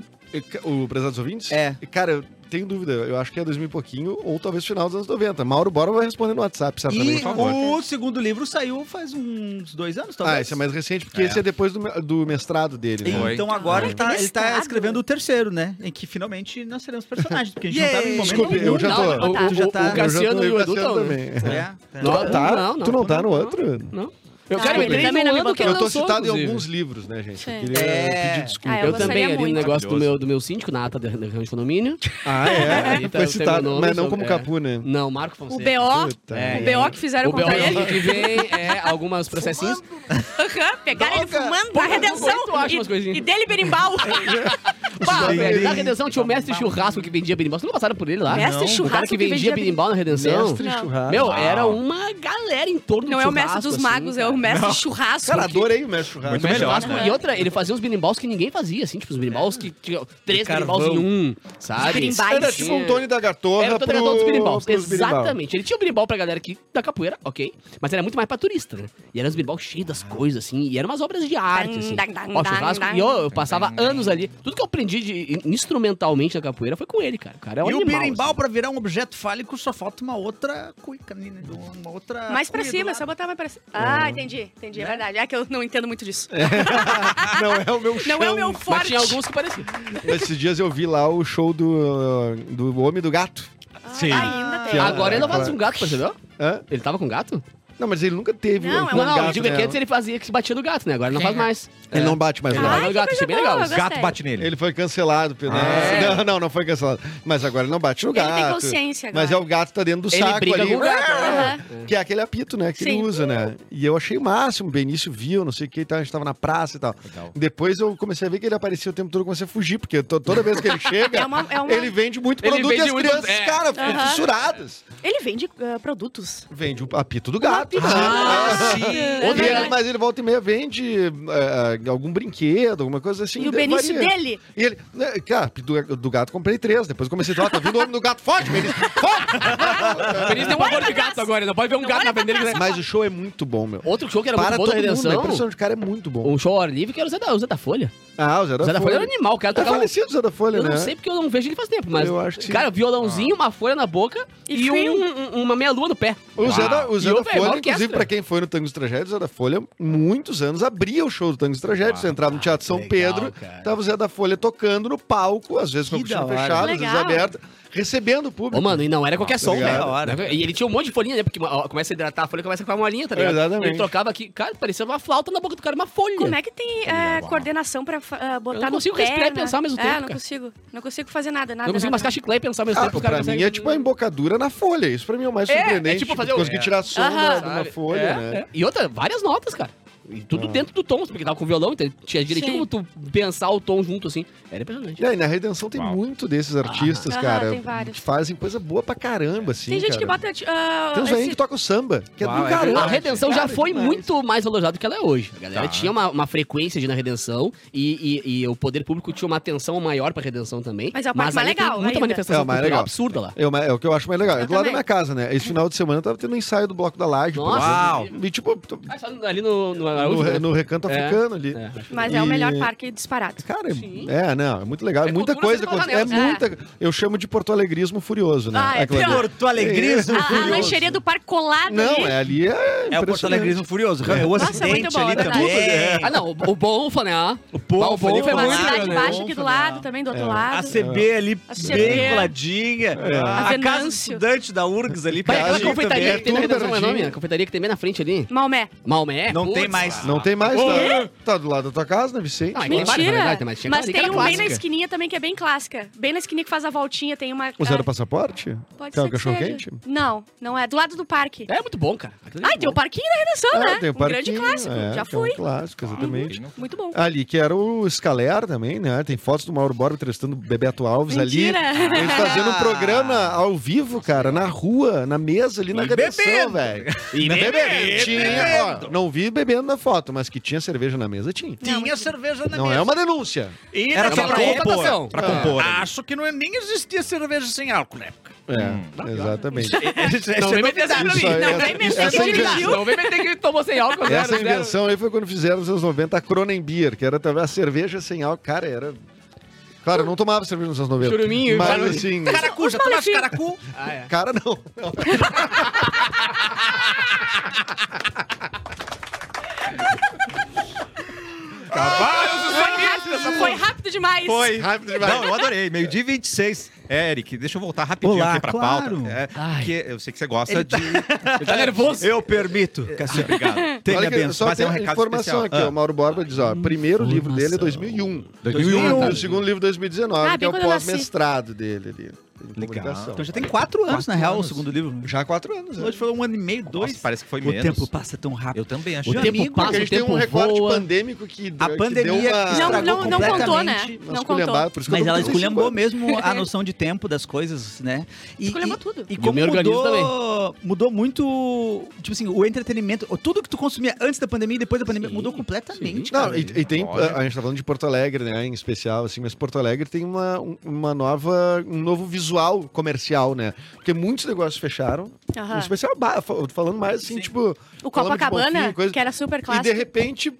O Prezados Ouvintes? É. Cara, eu tenho dúvida. Eu acho que é 2000 e pouquinho, ou talvez final dos anos 90. Mauro Bora vai responder no WhatsApp, certamente. E por favor. o segundo livro saiu faz uns dois anos, talvez. Ah, esse é mais recente, porque esse é depois do, me- do mestrado dele, né? Foi. Então agora Ah, ele, tá, ele tá mestrado. escrevendo o terceiro, né? Em que finalmente nós seremos personagens, porque a gente não tava em momento Desculpe, algum. eu já não, tô- não, Tu já o- tá- O Cassiano Eu e já tô o Edu Cassiano estão. também. É, tá. Tu não tá? Não, não. tu não tá no outro? Não. Eu Ah, quero ele entrei também não no me ano que botou. ele Eu tô lançou, citado em inclusive. alguns livros, né, gente? Sim. Eu queria É. pedir desculpa. Ah, Eu, eu também, gostaria ali no muito. negócio do Maravilhoso. meu, do meu síndico, na ata de de ramo de condomínio. Ah, é? Ele tá- Foi tem meu citado, nome, mas não sou- como é. Capu, né? Não, Marco Fonseca. O BO, Puta, É, o é. BO que fizeram O BO contra ele. que vem é alguns processinhos. Aham, pegaram ele Droga. fumando Pô, na redenção. eu acho umas coisinhas. E, e dele berimbau. Pá, Sim. velho, na redenção tinha o mestre churrasco que vendia berimbau. Vocês não passaram por ele lá? Mestre O cara churrasco que que vendia vendia berimbau na redenção. Mestre Não. churrasco. Meu, Ah. era uma galera em torno Não do é o mestre dos churrasco, assim, magos, é cara. o mestre churrasco. Cara, adorei o mestre churrasco. Muito Mas melhor, churrasco- E outra, ele fazia uns berimbaus que ninguém fazia, assim, tipo, os berimbaus que tinham três carvão. berimbaus em um, sabe? É. Os berimbais. Era Sim. tipo um Tony da Gatorra Era o treinador pro- dos berimbaus. pros berimbau. Exatamente. Ele tinha o berimbau pra galera aqui da capoeira, ok. Mas era muito mais pra turista, né? E eram os berimbau cheios das coisas, assim. E eram umas obras de arte, assim. Dan, dan, Ó, dan, churrasco. dan. E eu, eu passava anos ali. Tudo que eu aprendi de- instrumentalmente na capoeira foi com ele, cara. O cara é um E o animal, berimbau, assim. pra virar um objeto fálico, só falta uma outra cuica, né? uma outra... né? Mais pra cuia do cima, é lado. só botar mais pra cima. Ah, entendi, entendi, é verdade. É que eu não entendo muito disso. *laughs* Não é o meu chão. Não é o meu Mas forte. tinha alguns que *laughs* pareciam. *laughs* Esses dias eu vi lá o show do, do Homem do Gato. Sim. Ainda tem. Ah, Agora ele não faz claro. um gato, percebeu? Hã? Ele tava com gato? Não, mas ele nunca teve. Não, é um Não, não, eu gato, digo é que né? antes ele fazia que se batia no gato, né? Agora ele não Sim, faz é. mais. Ele não bate mais Ele lá. não bate no que gato, isso coisa é bem boa, legal. eu Os Gato gostei. bate nele. Ele foi cancelado, Pedro. Não, não, não foi cancelado. Mas agora ele não bate no Ah, é? Ele gato. tem consciência agora. Mas é o gato que tá dentro do Ele saco briga ali. com o gato, né? Aham. Que é aquele apito, né? Que Sim. ele usa, né? E eu achei o máximo. O Benício viu, não sei o que, e tal, a gente tava na praça e tal. Legal. Depois eu comecei a ver que ele aparecia o tempo todo, eu comecei a fugir, porque to- toda vez que ele chega, *laughs* É uma- é uma- ele vende muito Ele produto vende e as muito- crianças, é. cara, ficam Aham. fissuradas. Ele vende ah, produtos. Vende o apito Um do gato. Ah, sim. E Ah, ele- é mas ele volta e meia vende ah, algum brinquedo, alguma coisa assim. E o Benício varia. dele? E ele, né, cara, do, do gato comprei três. Depois comecei a falar, tá vindo o homem do gato, forte, Benício, *laughs* forte! O Feliz tem um Olha pavor de pra gato trás. agora, ele não pode ver um Não gato olha na pra frente dele. trás, né? Mas o show é muito bom, meu. Outro show que era Para muito bom todo da mundo, a redenção. impressão de cara é muito bom. Um show ao ar livre que era o Zé da, o Zé da Folha. Ah, o Zé O da, Zé da Folha era um animal, o cara Tá tocava. um- falecido o Zé da Folha, Eu né? não sei porque eu não vejo ele faz tempo, mas. Eu acho que sim. Ah. Cara, violãozinho, uma folha na boca e, E um- frio. um- uma meia-lua no pé. O Zé da, o Zé E outra, é da uma Folha, orquestra. inclusive, pra quem foi no Tango dos Tragédios, o Zé da Folha, muitos anos, abria o show do Tango dos Tragédios. Você entrava no Teatro São legal, Pedro, cara. tava o Zé da Folha tocando no palco, às vezes com a Que cortina da hora. fechada, às vezes Legal. aberta, recebendo o público. Ô, mano, e não era qualquer som, obrigado. né? Da hora. E ele tinha um monte de folhinha, né? Porque ó, começa a hidratar a folha, começa com a molinha, tá ligado? Exatamente. Ele trocava aqui, cara, parecia uma flauta na boca do cara, uma folha. Como é que tem ah, coordenação pra ah, botar tá Eu não no consigo pé, respirar e né? pensar ao mesmo tempo, É, não cara. consigo. Não consigo fazer nada, nada. Não consigo nada, né? mascar chiclete e pensar ao mesmo Ah, tempo. o cara pra consegue- mim é tipo a embocadura na folha. Isso pra mim é o mais É, é surpreendente. tipo fazer o- Conseguir é. tirar som Aham. da- de uma Sabe? folha, É, né? Ah. é. E outra, várias notas, cara. E tudo dentro do tom, porque tava com violão, então tinha direitinho Sim. como tu pensar o tom junto, assim. Era impressionante. É, E aí, na Redenção tem Uau. muito desses artistas, Aham, cara. tem vários. que fazem coisa boa pra caramba, assim. Tem gente que cara. bota. ah, Tem uns esse- velhinhos que tocam samba, que é Uau, do é caramba. Ah, A Redenção já Cara, foi demais. muito mais valorizada do que ela é hoje. A galera Tá. tinha uma, uma frequência de ir na Redenção e, e- e o poder público tinha uma atenção maior pra Redenção também. Mas é a parte mais ali tem legal muita ainda. manifestação É, o mais cultural legal. absurda lá. É, o ma- é o que eu acho mais legal. É Eu do lado da também. minha casa, né? Esse final de semana tava tendo um ensaio do Bloco da Laje. por Nossa, exemplo. Uau. E tipo, t- Ah, só ali no, no Araújo, no, né? re- no recanto É. africano ali. É. Mas é o E- melhor parque disparado. Cara, é- Sim. é, não, é muito legal. É É muita cultura coisa. sem botar aconte- É nela. muita. Eu chamo de Porto Alegrismo Furioso, né? Ah, é Aquela- pior. Porto Alegrismo A, a Furioso. lancheria do parque colado Não, ali. é ali é. É o Porto Alegrismo Furioso. O Nossa, Ocidente muito bom, ali é verdade. também. Ah, não, o, o Bonfa, né? ah? O Bonfa, Ah, o Bonfa ali, é o a muito Bonfa, legal, cidade né? né? baixa aqui do lado, também do outro É. A lado. CB ali, A bem CB. coladinha. A A casa do Venâncio. estudante da URGS ali. Vai, aquela Acho que confeitaria também que tem na é tudo Redenção, não é o nome? pertinho. A confeitaria que tem bem na frente ali. Maomé. Maomé? Não tem putz, mais. Não tem mais, Ô, tá? Tá do lado da tua casa, né, Vicente? Não, é que- Lá. várias, na Mentira. verdade, mas tinha mas aquela tem que era um bem na clássica. esquininha também que é bem clássica. Bem na esquininha que faz a voltinha, tem uma. O Zé ah, do Passaporte? pode que é ser o cachorro seja. quente? Não, não é. Do lado do parque. É muito bom, cara. Aquilo ali é Ai, muito tem um o bom. parquinho da redenção, né? É, tem o um grande parquinho, clássico. é, Já que é um fui. clássico, exatamente. Muito *laughs* bom. Ali, que era o Scaler também, né? Tem fotos do Mauro Borba entrevistando o Bebeto Alves Mentira. ali. Eles fazendo um programa ao vivo, cara, na rua, na mesa ali na E redação, bebendo. velho. E bebendo. Tinha, ó, não vi bebendo na foto, mas que tinha cerveja na mesa, tinha. Tinha cerveja na Não é mesa. uma denúncia. E Era naquela só pra época- compor. Pra compor. né? ali. É. Acho que não, é- nem existia cerveja sem álcool na época. é É, exatamente. Não vem meter essa pra Isso aí, é. mim. Não essa- vem meter essa que invenção- dirigiu. Não vem meter que ele tomou sem álcool. zero, Essa zero. invenção aí foi quando fizeram nos anos 90 a Cronenbeer, que era também a cerveja sem álcool. Cara, era. Claro, eu não tomava cerveja nos anos 90. Churuminho, mas barulho. assim. Caracu, já tomaste malefica- caracu? Ah, é. Cara, não. Foi É rápido, foi rápido demais. Foi. Rápido demais. Não, eu adorei. Meio dia e 26. Eric, deixa eu voltar rapidinho Olá, aqui pra claro. pauta. É, Ai. porque eu sei que você gosta de. Ele tá nervoso. Eu permito. Cacete. Obrigado. Tem Olha a que- benção, só mas tem é um uma recado informação especial. Ah, aqui, ó. o Mauro Borba diz, ó, primeiro livro dele é 2001. 2001. E um o segundo livro Ah, 2019, que é bem o quando eu nasci. pós-mestrado dele ali. em comunicação. Então já tem quatro anos, na real, o segundo livro. Já há quatro anos. né? Hoje foi um ano e meio, dois. Nossa, parece que foi o menos. tempo passa tão rápido. Eu também O achei. tempo amigo, passa, Porque a o gente tem tempo um recorte voa. pandêmico que A é que pandemia deu uma... Não, estragou não, não contou, né? completamente. uma Não esculhambada, contou. por isso que eu Mas tô ela com esculhambou 25 mesmo a noção de tempo das coisas, né? E, Esculhambou e- tudo. E o como meu organismo mudou, mudou muito, tipo assim, o entretenimento, tudo que tu consumia antes da pandemia e depois da pandemia Sim, mudou completamente, Não, cara. e, e tem. Olha. A gente tá falando de Porto Alegre, né? Em especial, assim, mas Porto Alegre tem uma, um- uma nova. um novo visual comercial, né? Porque muitos negócios fecharam. Aham. Em especial, ba- fa- falando mais assim, tipo. O falamos de Copacabana, Bonfim, coisa- que era super E de clássico. Uhum. repente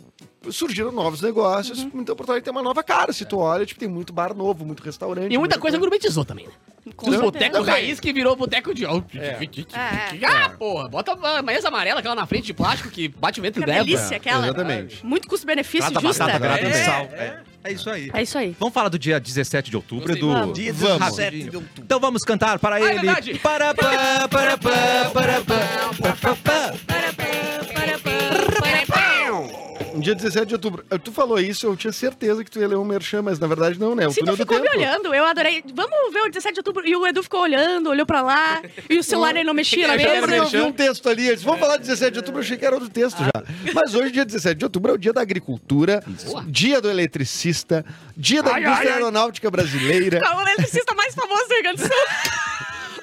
surgiram novos negócios. Então Porto Alegre tem uma nova cara. Se tu olha, tipo, tem muito bar novo, muito restaurante. E muita coisa gourmetizou também, né? Com Os certeza. boteco raiz que virou boteco de... É. É. Ah, porra, bota a maias amarela, aquela na frente de plástico que bate o vento e Que leva. delícia aquela. Exatamente. Muito custo-benefício, Grata justa. batata, grata É, sal. É. é isso aí. É isso aí. Vamos falar do dia 17 de outubro, Gostei. Edu? Vamos. Dia 17 de outubro. Então vamos cantar para ele. verdade. Para, pa, para, pa, para, pa, pa, pa, pa. É No um dia 17 de outubro. Eh, Tu falou isso, eu tinha certeza que tu ia ler um merchan, mas na verdade não, né? O Se tu túnel do ficou me tempo. olhando, eu adorei. Vamos ver o 17 de outubro. E o Edu ficou olhando, olhou pra lá. E o celular ele não *laughs* mexia na Eu já era Eu mesa. merchan. vi um texto ali, eles vão falar de 17 de outubro, eu achei que era outro texto já. Mas hoje, dia 17 de outubro, é o dia da agricultura, dia do eletricista, dia da indústria aeronáutica brasileira. Qual o eletricista né? mais famoso do Rio Grande do *laughs* Sul?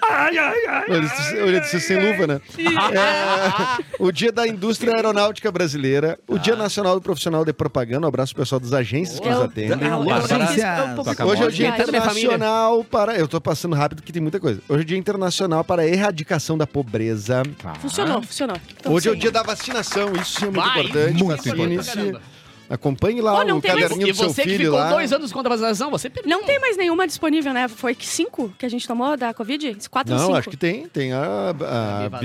O eletricista o eletricista sem luva, né? É, o dia da indústria aeronáutica brasileira, o dia nacional do profissional de propaganda, um abraço pro pessoal das agências que nos Eu- Ah, tá atendem. Alô, Para- agência- Eu- eu- Toca Hoje é o Mole. Dia Verdade. Internacional para. Eu tô passando rápido porque tem muita coisa. Hoje é o Dia Internacional para a Erradicação da Pobreza. Funcionou, funcionou. Então, Hoje é o sim. dia da vacinação, isso sim é muito Vai, importante. muito Vacine-se. importante. Acompanhe lá Olha, não o tem mais- caderninho E do seu você que filho ficou lá. dois anos contra a vacinação, você perdeu. Não tem mais nenhuma disponível, né? Foi que cinco que a gente tomou da Covid? Quatro ou Não, cinco? acho que tá tem. Tem a, a Bivalente.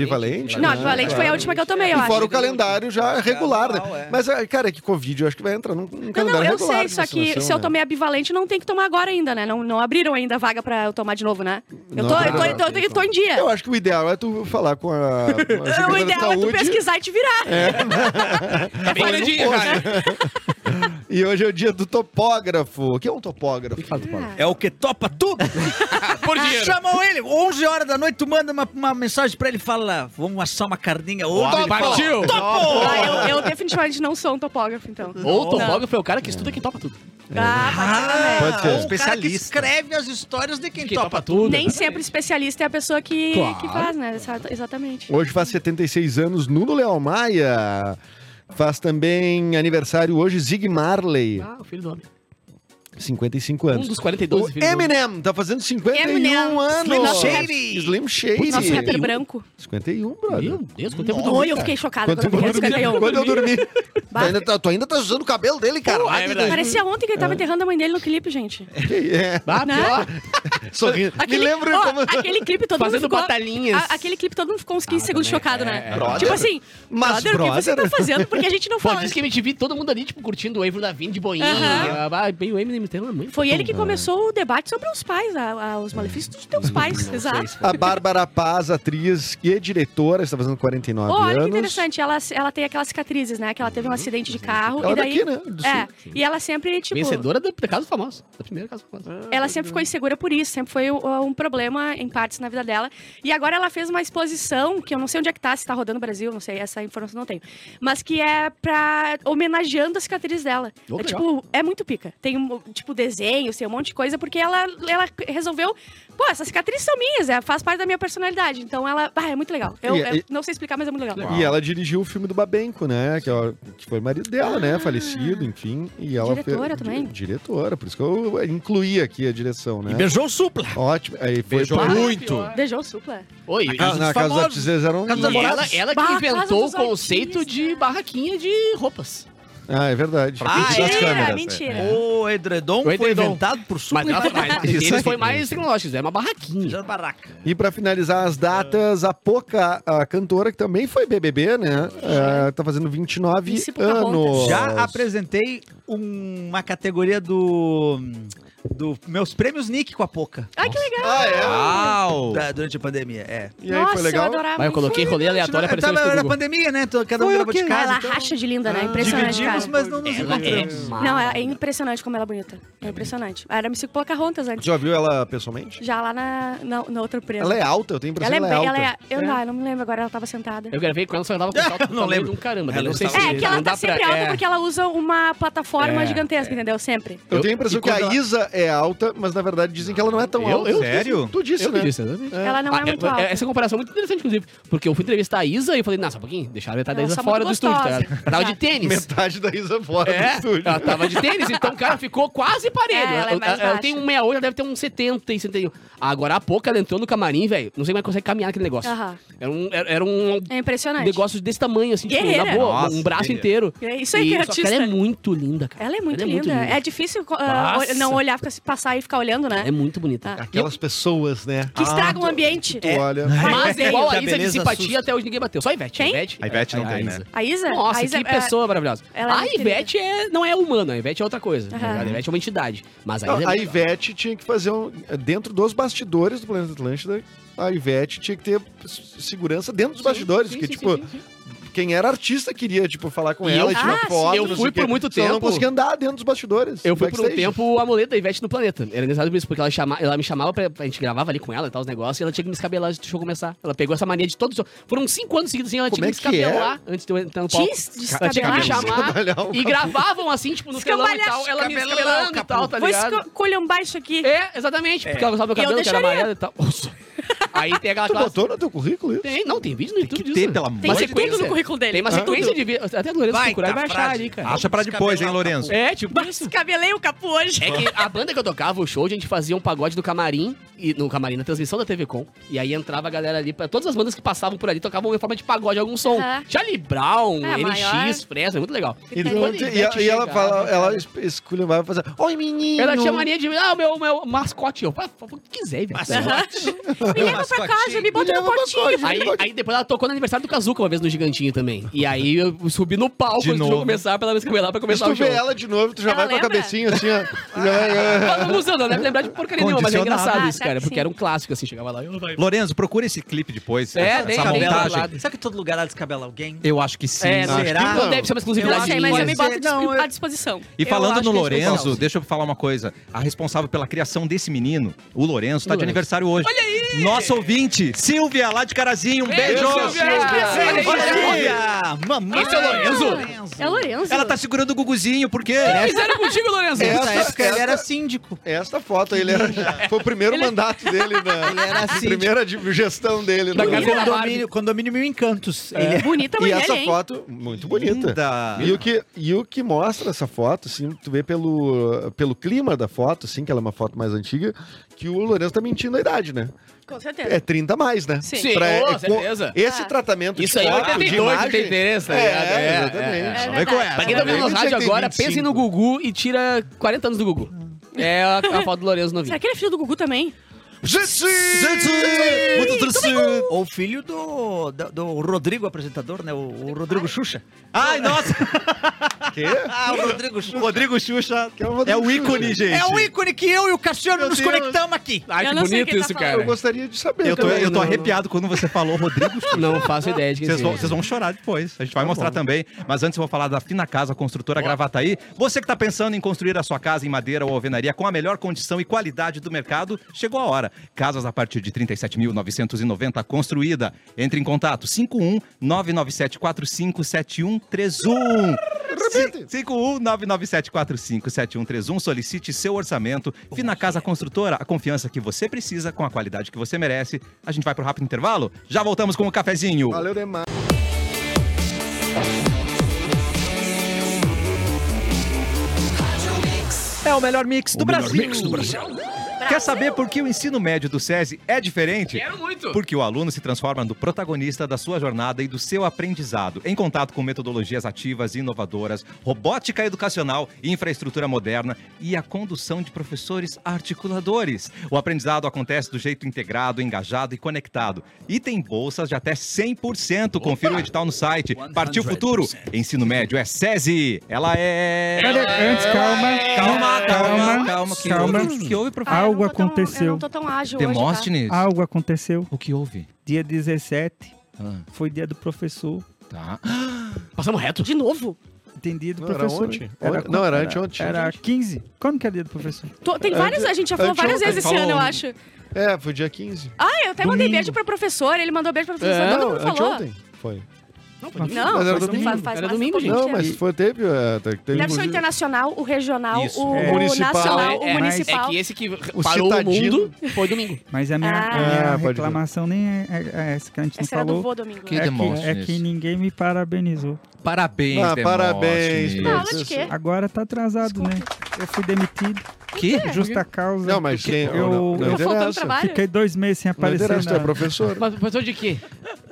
bivalente. Não, a né? Bivalente foi a última que eu tomei, eu E acho. fora o calendário já regular, normal, né? é. Mas, ah, cara, é que Covid eu acho que vai entrar num, num Não, calendário não, eu regular. sei, de só que vacinação, se eu né? tomei a bivalente, não tem que tomar agora ainda, né? Não, não abriram ainda a vaga pra eu tomar de novo, né? Eu Não tô, eu abriram, tô, eu tô, não tem eu tô em dia. Eu acho que o ideal é tu falar com a. com a secretária *laughs* O da ideal é tu Saúde. pesquisar e te virar. É. Tá bem grandinho, cara. E hoje é o dia do topógrafo. O que é um topógrafo? É o que topa *laughs* tudo. *laughs* Por dinheiro. Chamam Ah, ele, 11 horas da noite, tu manda uma, uma mensagem pra ele, fala, vamos assar uma carninha hoje. Ele fala, Partiu. Ah, eu, eu definitivamente não sou um topógrafo, então. Ou o topógrafo é o cara que estuda quem topa tudo. É. Ah, pode ser também. Pode ser. ou o cara que Especialista. escreve as histórias de quem, Quem topa. topa tudo. Nem sempre especialista é a pessoa que, Claro. que faz, né? Exa- Exatamente. Hoje faz 76 anos Nuno Leal Maia. Faz também aniversário hoje Zig Marley, Ah, o filho do homem. 55 Um anos. dos 42 O filho do homem. Eminem tá fazendo 51 Eminem. anos. Slim Shady. Slim Shady. Nosso rapper branco. 51, brother. Meu Deus, quanto tempo Oi, eu fiquei chocada Quando quando eu vi esse eu, quando eu dormi. tu, Bah. ainda tá, tu ainda tá usando o cabelo dele, cara. Pô, é verdade. Parecia ontem que ele tava enterrando a mãe dele no clipe, gente. É, Ah, Né? pior. sorrindo. Aquele, Me lembro ó, como... Aquele clipe todo Fazendo mundo ficou... batalhinhas. a- aquele clipe todo mundo ficou uns 15 Ah, segundos chocado, né? é, Brother. Tipo assim, Mas, brother, o que você tá brother. fazendo? Porque a gente não Pô, fala. diz que MTV, todo mundo ali, tipo, curtindo o Avril da Vin de boinha. Aham. Ah, bem, o Eminem tem uma mãe. Foi ele que é. começou o debate sobre os pais, a- a- os malefícios dos teus pais, exato. A Bárbara Paz, atriz e diretora, está fazendo 49 Oh, olha anos. que Uhum. interessante, ela, ela tem aquelas cicatrizes, né? Que ela teve um acidente de carro Ela e daí. daqui, né? Do sul. É, e ela sempre, tipo. Ah, Vencedora do Casa Famosa. Da primeira Casa Famosa. Ela sempre ficou insegura por isso, sempre foi uh, um problema em partes na vida dela. E agora ela fez uma exposição, que eu não sei onde é que tá, se tá rodando no Brasil, não sei, essa informação eu não tenho. Mas que é pra. homenageando a cicatriz dela. Oh, é legal. tipo, é muito pica. Tem, um, tipo, desenhos, tem um monte de coisa, porque ela, ela resolveu. Pô, essas cicatrizes são minhas, é, faz parte da minha personalidade. Então ela. Ah, é muito legal. Eu, E- eu e- não sei explicar, mas é muito legal. E ela dirigiu o filme do Babenco, né? Que, ela- que foi marido dela, né? Falecido, enfim. E ela Ah. Diretora fez- também? di- Diretora, por isso que eu incluí aqui a direção, né? Beijou o supla. Ótimo. Aí foi Beijou pro- muito. Beijou o supla. Oi, e Ah, na dos casa dos famosos. artistas um- eram. Casa dos ela, ela, namorados. Bah, que Casa inventou o dos conceito Artistas. de barraquinha de roupas. Ah, é verdade. Ah, Frente das é? câmeras. mentira. O edredom, O edredom. foi inventado por Tipo supla. Mas, ela, *laughs* mas eles aí. foi mais tecnológicos, é uma barraquinha. Já barraca. E pra finalizar as datas, a Poca, a cantora, que também foi BBB, né? É, tá fazendo 29 Vice Pocahontas. anos. Já apresentei um- uma categoria do do meus prêmios Nick com a Poca. Ai, que legal. Ah, é? Uau! da- durante a pandemia, é. E aí, Nossa, foi legal? eu adorava. Mas eu coloquei rolê aleatório Eu apareceu tava na no pandemia, né? Tô- Cada um Foi o gravou de quê? casa. Ela então- racha de linda, né? Impressionante, Dividimos, cara. mas não nos Ela é encontramos. má. Não, é impressionante como ela é bonita. É impressionante. Ela Era me cinco Pocahontas antes. Já viu ela pessoalmente? Já lá na, na, na outra empresa. Ela é alta, eu tenho a impressão Ela é que bem. ela é Ela alta. é, eu não, eu não me lembro agora, ela tava sentada. Eu gravei com ela, só que ela tava com salto do *laughs* Não tamanho lembro. de um caramba. Ela daí eu não não sei tava- se É, que ela não tá dá pra- sempre alta é. porque ela usa uma plataforma É, gigantesca, entendeu? Sempre. Eu, Eu- tenho a impressão e que a quando ela- Isa é alta, mas na verdade dizem que ela não é tão Eu- alta. eu- Sério? Tu disse, Eu né? que disse, exatamente. Ela não Ah, é muito é- alta. Essa comparação é muito interessante, inclusive. Porque eu fui entrevistar a Isa e eu falei, não, só um pouquinho, deixaram a metade da Ela Isa só fora do muito estúdio, tá gostosa. ligado? Ela tava de tênis. Metade da Isa fora do É, estúdio. ela tava de tênis, então o cara ficou quase parelho. É, ela é mais ela, baixa. tem um 68, ela deve ter um 70 e 71. Agora há pouco ela entrou no camarim, velho. Não sei como é que consegue caminhar aquele negócio. Aham. Era um, era, era um É impressionante. negócio desse tamanho, assim, tipo, Guerreira. na boa, Nossa, um braço guerreira. inteiro. É isso aí que é só que ela é artista. muito linda, cara. Ela é muito Ela linda. É difícil ah, Nossa. ol- não olhar, ficar- passar e ficar olhando, né? É muito bonita. Ah. Aquelas pessoas, né? Que estraga o ambiente. Tu olha. Mas É. igual a Da Isa de beleza simpatia, assusta. até hoje ninguém bateu. Só a Ivete. Quem? Ivete, é, A Ivete não tem, né? Isa. A Isa? Nossa, a Isa que é- pessoa maravilhosa. ela é a muito Ivete é, não é humana, a Ivete é outra coisa. tá Aham. ligado? A Ivete é uma entidade. Mas a Isa Não, é a muito- Ivete tinha que fazer um. Dentro dos bastidores do Planeta Atlântida, a Ivete tinha que ter s- segurança dentro dos Sim, bastidores. sim, que, sim, tipo, sim, sim. quem era artista queria, tipo, falar com E ela, eu- tirar Ah, sim. foto. Eu não sei fui o quê. por muito Senão Eu não tempo- conseguia andar dentro dos bastidores. é Eu fui por um backstage. tempo o amuleto da Ivete no planeta. Era necessário isso, porque ela, chama, ela me chamava, pra, a gente gravava ali com ela e tal, os negócios, e ela tinha que me escabelar antes do show começar. Ela pegou essa mania de todos os shows. Foram cinco anos seguidos sem ela Como tinha é que me que é? escabelar antes de eu entrar no palco. Diz, diz Ela tinha que me cabelar. chamar Escabelar o e gravavam assim, tipo, no telão e tal. Escabelar, Ela me escabelar, escabelando e tal, tá Vou ligado? esco- colhambar isso aqui. É, exatamente, porque ela gostava do meu Eu cabelo, que era deixaria. amarelo e tal. Nossa. Aí tem aquela *laughs* Tu classe. botou no teu currículo isso? Tem, não, tem vídeo no YouTube que disso. né? ter, pelo amor Tem de que ter é. tudo no currículo dele. Tem uma sequência de vídeos. Até a Lourenço Vai, procurar e tá vai achar frase. ali, cara. Acha pra depois, hein, Lourenço? É, tipo Mas isso. cabelei o capu hoje. É que a banda que eu tocava, o show, a gente fazia um pagode no camarim, e no camarim, na transmissão da TV Com, e aí entrava a galera ali, pra- todas as bandas que passavam por ali tocavam em forma de pagode algum som. Aham. Charlie Brown, É, a NX, maior. Fresno, é muito legal. E, um Quando a tu- e, Ivete a- e ela chegava, fala, cara, ela es- esculhambava e fazia, oi menino! Ela tinha mania de, ah, o meu, meu mascote. Eu falava, o que quiser, velho. Me leva pra casa, me bota no Leva pra potinho. casa. Aí, aí depois ela tocou no aniversário do Kazuca uma vez no Gigantinho também. E aí eu subi no palco De antes do novo. jogo começar pra ela me escabelar pra Se começar tu o show. vê ela de novo, tu já Ela vai com a lembra? cabecinha assim, *laughs* ó. Já vai- Ela não usa, não deve lembrar de porcaria nenhuma, mas é Condicionado. engraçado Ah, certo isso, cara. que Porque sim. era um clássico, assim, chegava lá. Eu... *laughs* Lourenço, procura esse clipe depois. É, essa- tem essa a Cabela montagem. pelado. Será que todo lugar ela descabela alguém? Eu acho que sim. É, não, será? não deve ser uma exclusividade Eu sei, mas minha. eu me boto Mas- Não, eu- à disposição. E Eu falando acho no que é Lorenzo, especial. deixa eu falar uma coisa. A responsável pela criação desse menino, o Lorenzo, tá de Lorenzo. aniversário hoje. Olha aí! Nosso ouvinte, Silvia, lá de Carazinho. Um beijo! Silvia! Olha aí, Olha! Ah, Mamãe! Esse é o Lorenzo? É o Lourenço. Ela tá segurando o Guguzinho, por quê? Fizeram contigo, é Lorenzo. Nessa é Essa- época ele essa- era síndico. Essa foto aí, ele era, foi o primeiro mandato dele na Ele era assim, primeira de- gestão dele. Da no- Casa da Condomínio, condomínio Mil Encantos. Ele é- Bonita E mulher, essa hein? foto, muito bonita. Linda. E o, que, e o que mostra essa foto, assim, tu vê pelo, pelo clima da foto, assim, que ela é uma foto mais antiga, que o Lourenço tá mentindo a idade, né? Com certeza. É 30 a mais, né? Sim. Sim, Pra- ô, com- certeza. Esse Ah. tratamento Isso de aí é foto, de 82, imagem... que tem interesse, tá É, ligado? É, exatamente. é, é. Vai com verdade. essa, Pra quem tá né? vendo no Ele já rádio tem agora, 25. pense no Gugu e tira 40 anos do Gugu. É a, a foto do Lorenzo no Será vídeo. que ele é filho do Gugu também? Gente! Muito torcido. Ou filho do, do, do Rodrigo apresentador, né? O, o Rodrigo Xuxa. Ai, *laughs* nossa! Quê? Ah, o Rodrigo O Xuxa. Rodrigo Xuxa Que é o Rodrigo é o ícone, Xuxa. gente. É o ícone que eu e o Cassiano Meu nos Deus. conectamos aqui. Ai, Eu que não sei bonito quem tá isso, falando. Eu cara. gostaria de saber. Eu tô, também. né? eu tô Não, não, arrepiado quando você falou Rodrigo Xuxa. Não faço ideia de quem Vocês vão, seja. vocês vão chorar depois. A gente vai mostrar também. Mas antes eu vou falar da Fina Casa, construtora Gravataí. Você que está pensando em construir a sua casa em madeira ou alvenaria com a melhor condição e qualidade do mercado, chegou a hora. Casas a partir de 37.990 construída. Entre em contato 51 997457131. Repete. 51 997457131. Solicite seu orçamento. Fina Casa Construtora, a confiança que você precisa com a qualidade que você merece. A gente vai pro rápido intervalo. Já voltamos com o cafezinho. Valeu demais. É o melhor mix do Brasil. Quer saber por que o ensino médio do SESI é diferente? Quero muito. Porque o aluno se transforma no protagonista da sua jornada e do seu aprendizado, em contato com metodologias ativas e inovadoras, robótica educacional, infraestrutura moderna e a condução de professores articuladores. O aprendizado acontece do jeito integrado, engajado e conectado. E tem bolsas de até 100%. Confira o edital no site. Partiu Futuro. Ensino Médio é SESI. Ela é... Pera, antes, É. calma. Calma, calma, Calma, calma. Que calma. houve? Que houve, prof? Ah, tá? eu Algo não tô tão- eu aconteceu. não tô tão ágil hoje, Demóstenes? Algo aconteceu. O que houve? Dia 17 Ah, foi dia do professor. tá. Passamos reto. tá? De novo? Tem dia do Não, era professor. ontem. hein? Ontem- não, era anteontem, Era anteontem. 15. Quando que é dia do professor? Tô- tem várias, a gente já falou várias Anteontem vezes esse falou ano, eu um- acho. É, foi dia 15. Ah, eu até mandei Domingo. beijo pra professor, ele mandou beijo pra professor, É, todo mundo falou. anteontem. Foi. Não, foi- Não, Mas era faz- domingo. faz- faz Era mais domingo, um pouquinho. Não, mas foi, teve. é, te- teve Deve ser o inclusive- internacional, o regional, Isso. o, É. o Municipal. nacional, É, o é, É municipal. que esse que O parou o citadino. mundo foi domingo. Mas a minha, Ah. a minha Ah, pode crer. reclamação nem é, é- é essa que a gente não Essa era do falou. vô domingo. Ah, Que- é, que, Demóstenes. é que ninguém me parabenizou. Parabéns, Ah, Demóstenes. parabéns, Não, professor. aula de quê? Agora tá atrasado, Desculpa. né? Eu fui demitido. Que? Justa causa. Não, mas quem. eu- não, eu- não Tá faltando interessa. trabalho? Fiquei dois meses sem Não aparecer. interessa, tu é na- professor. Mas professor de quê?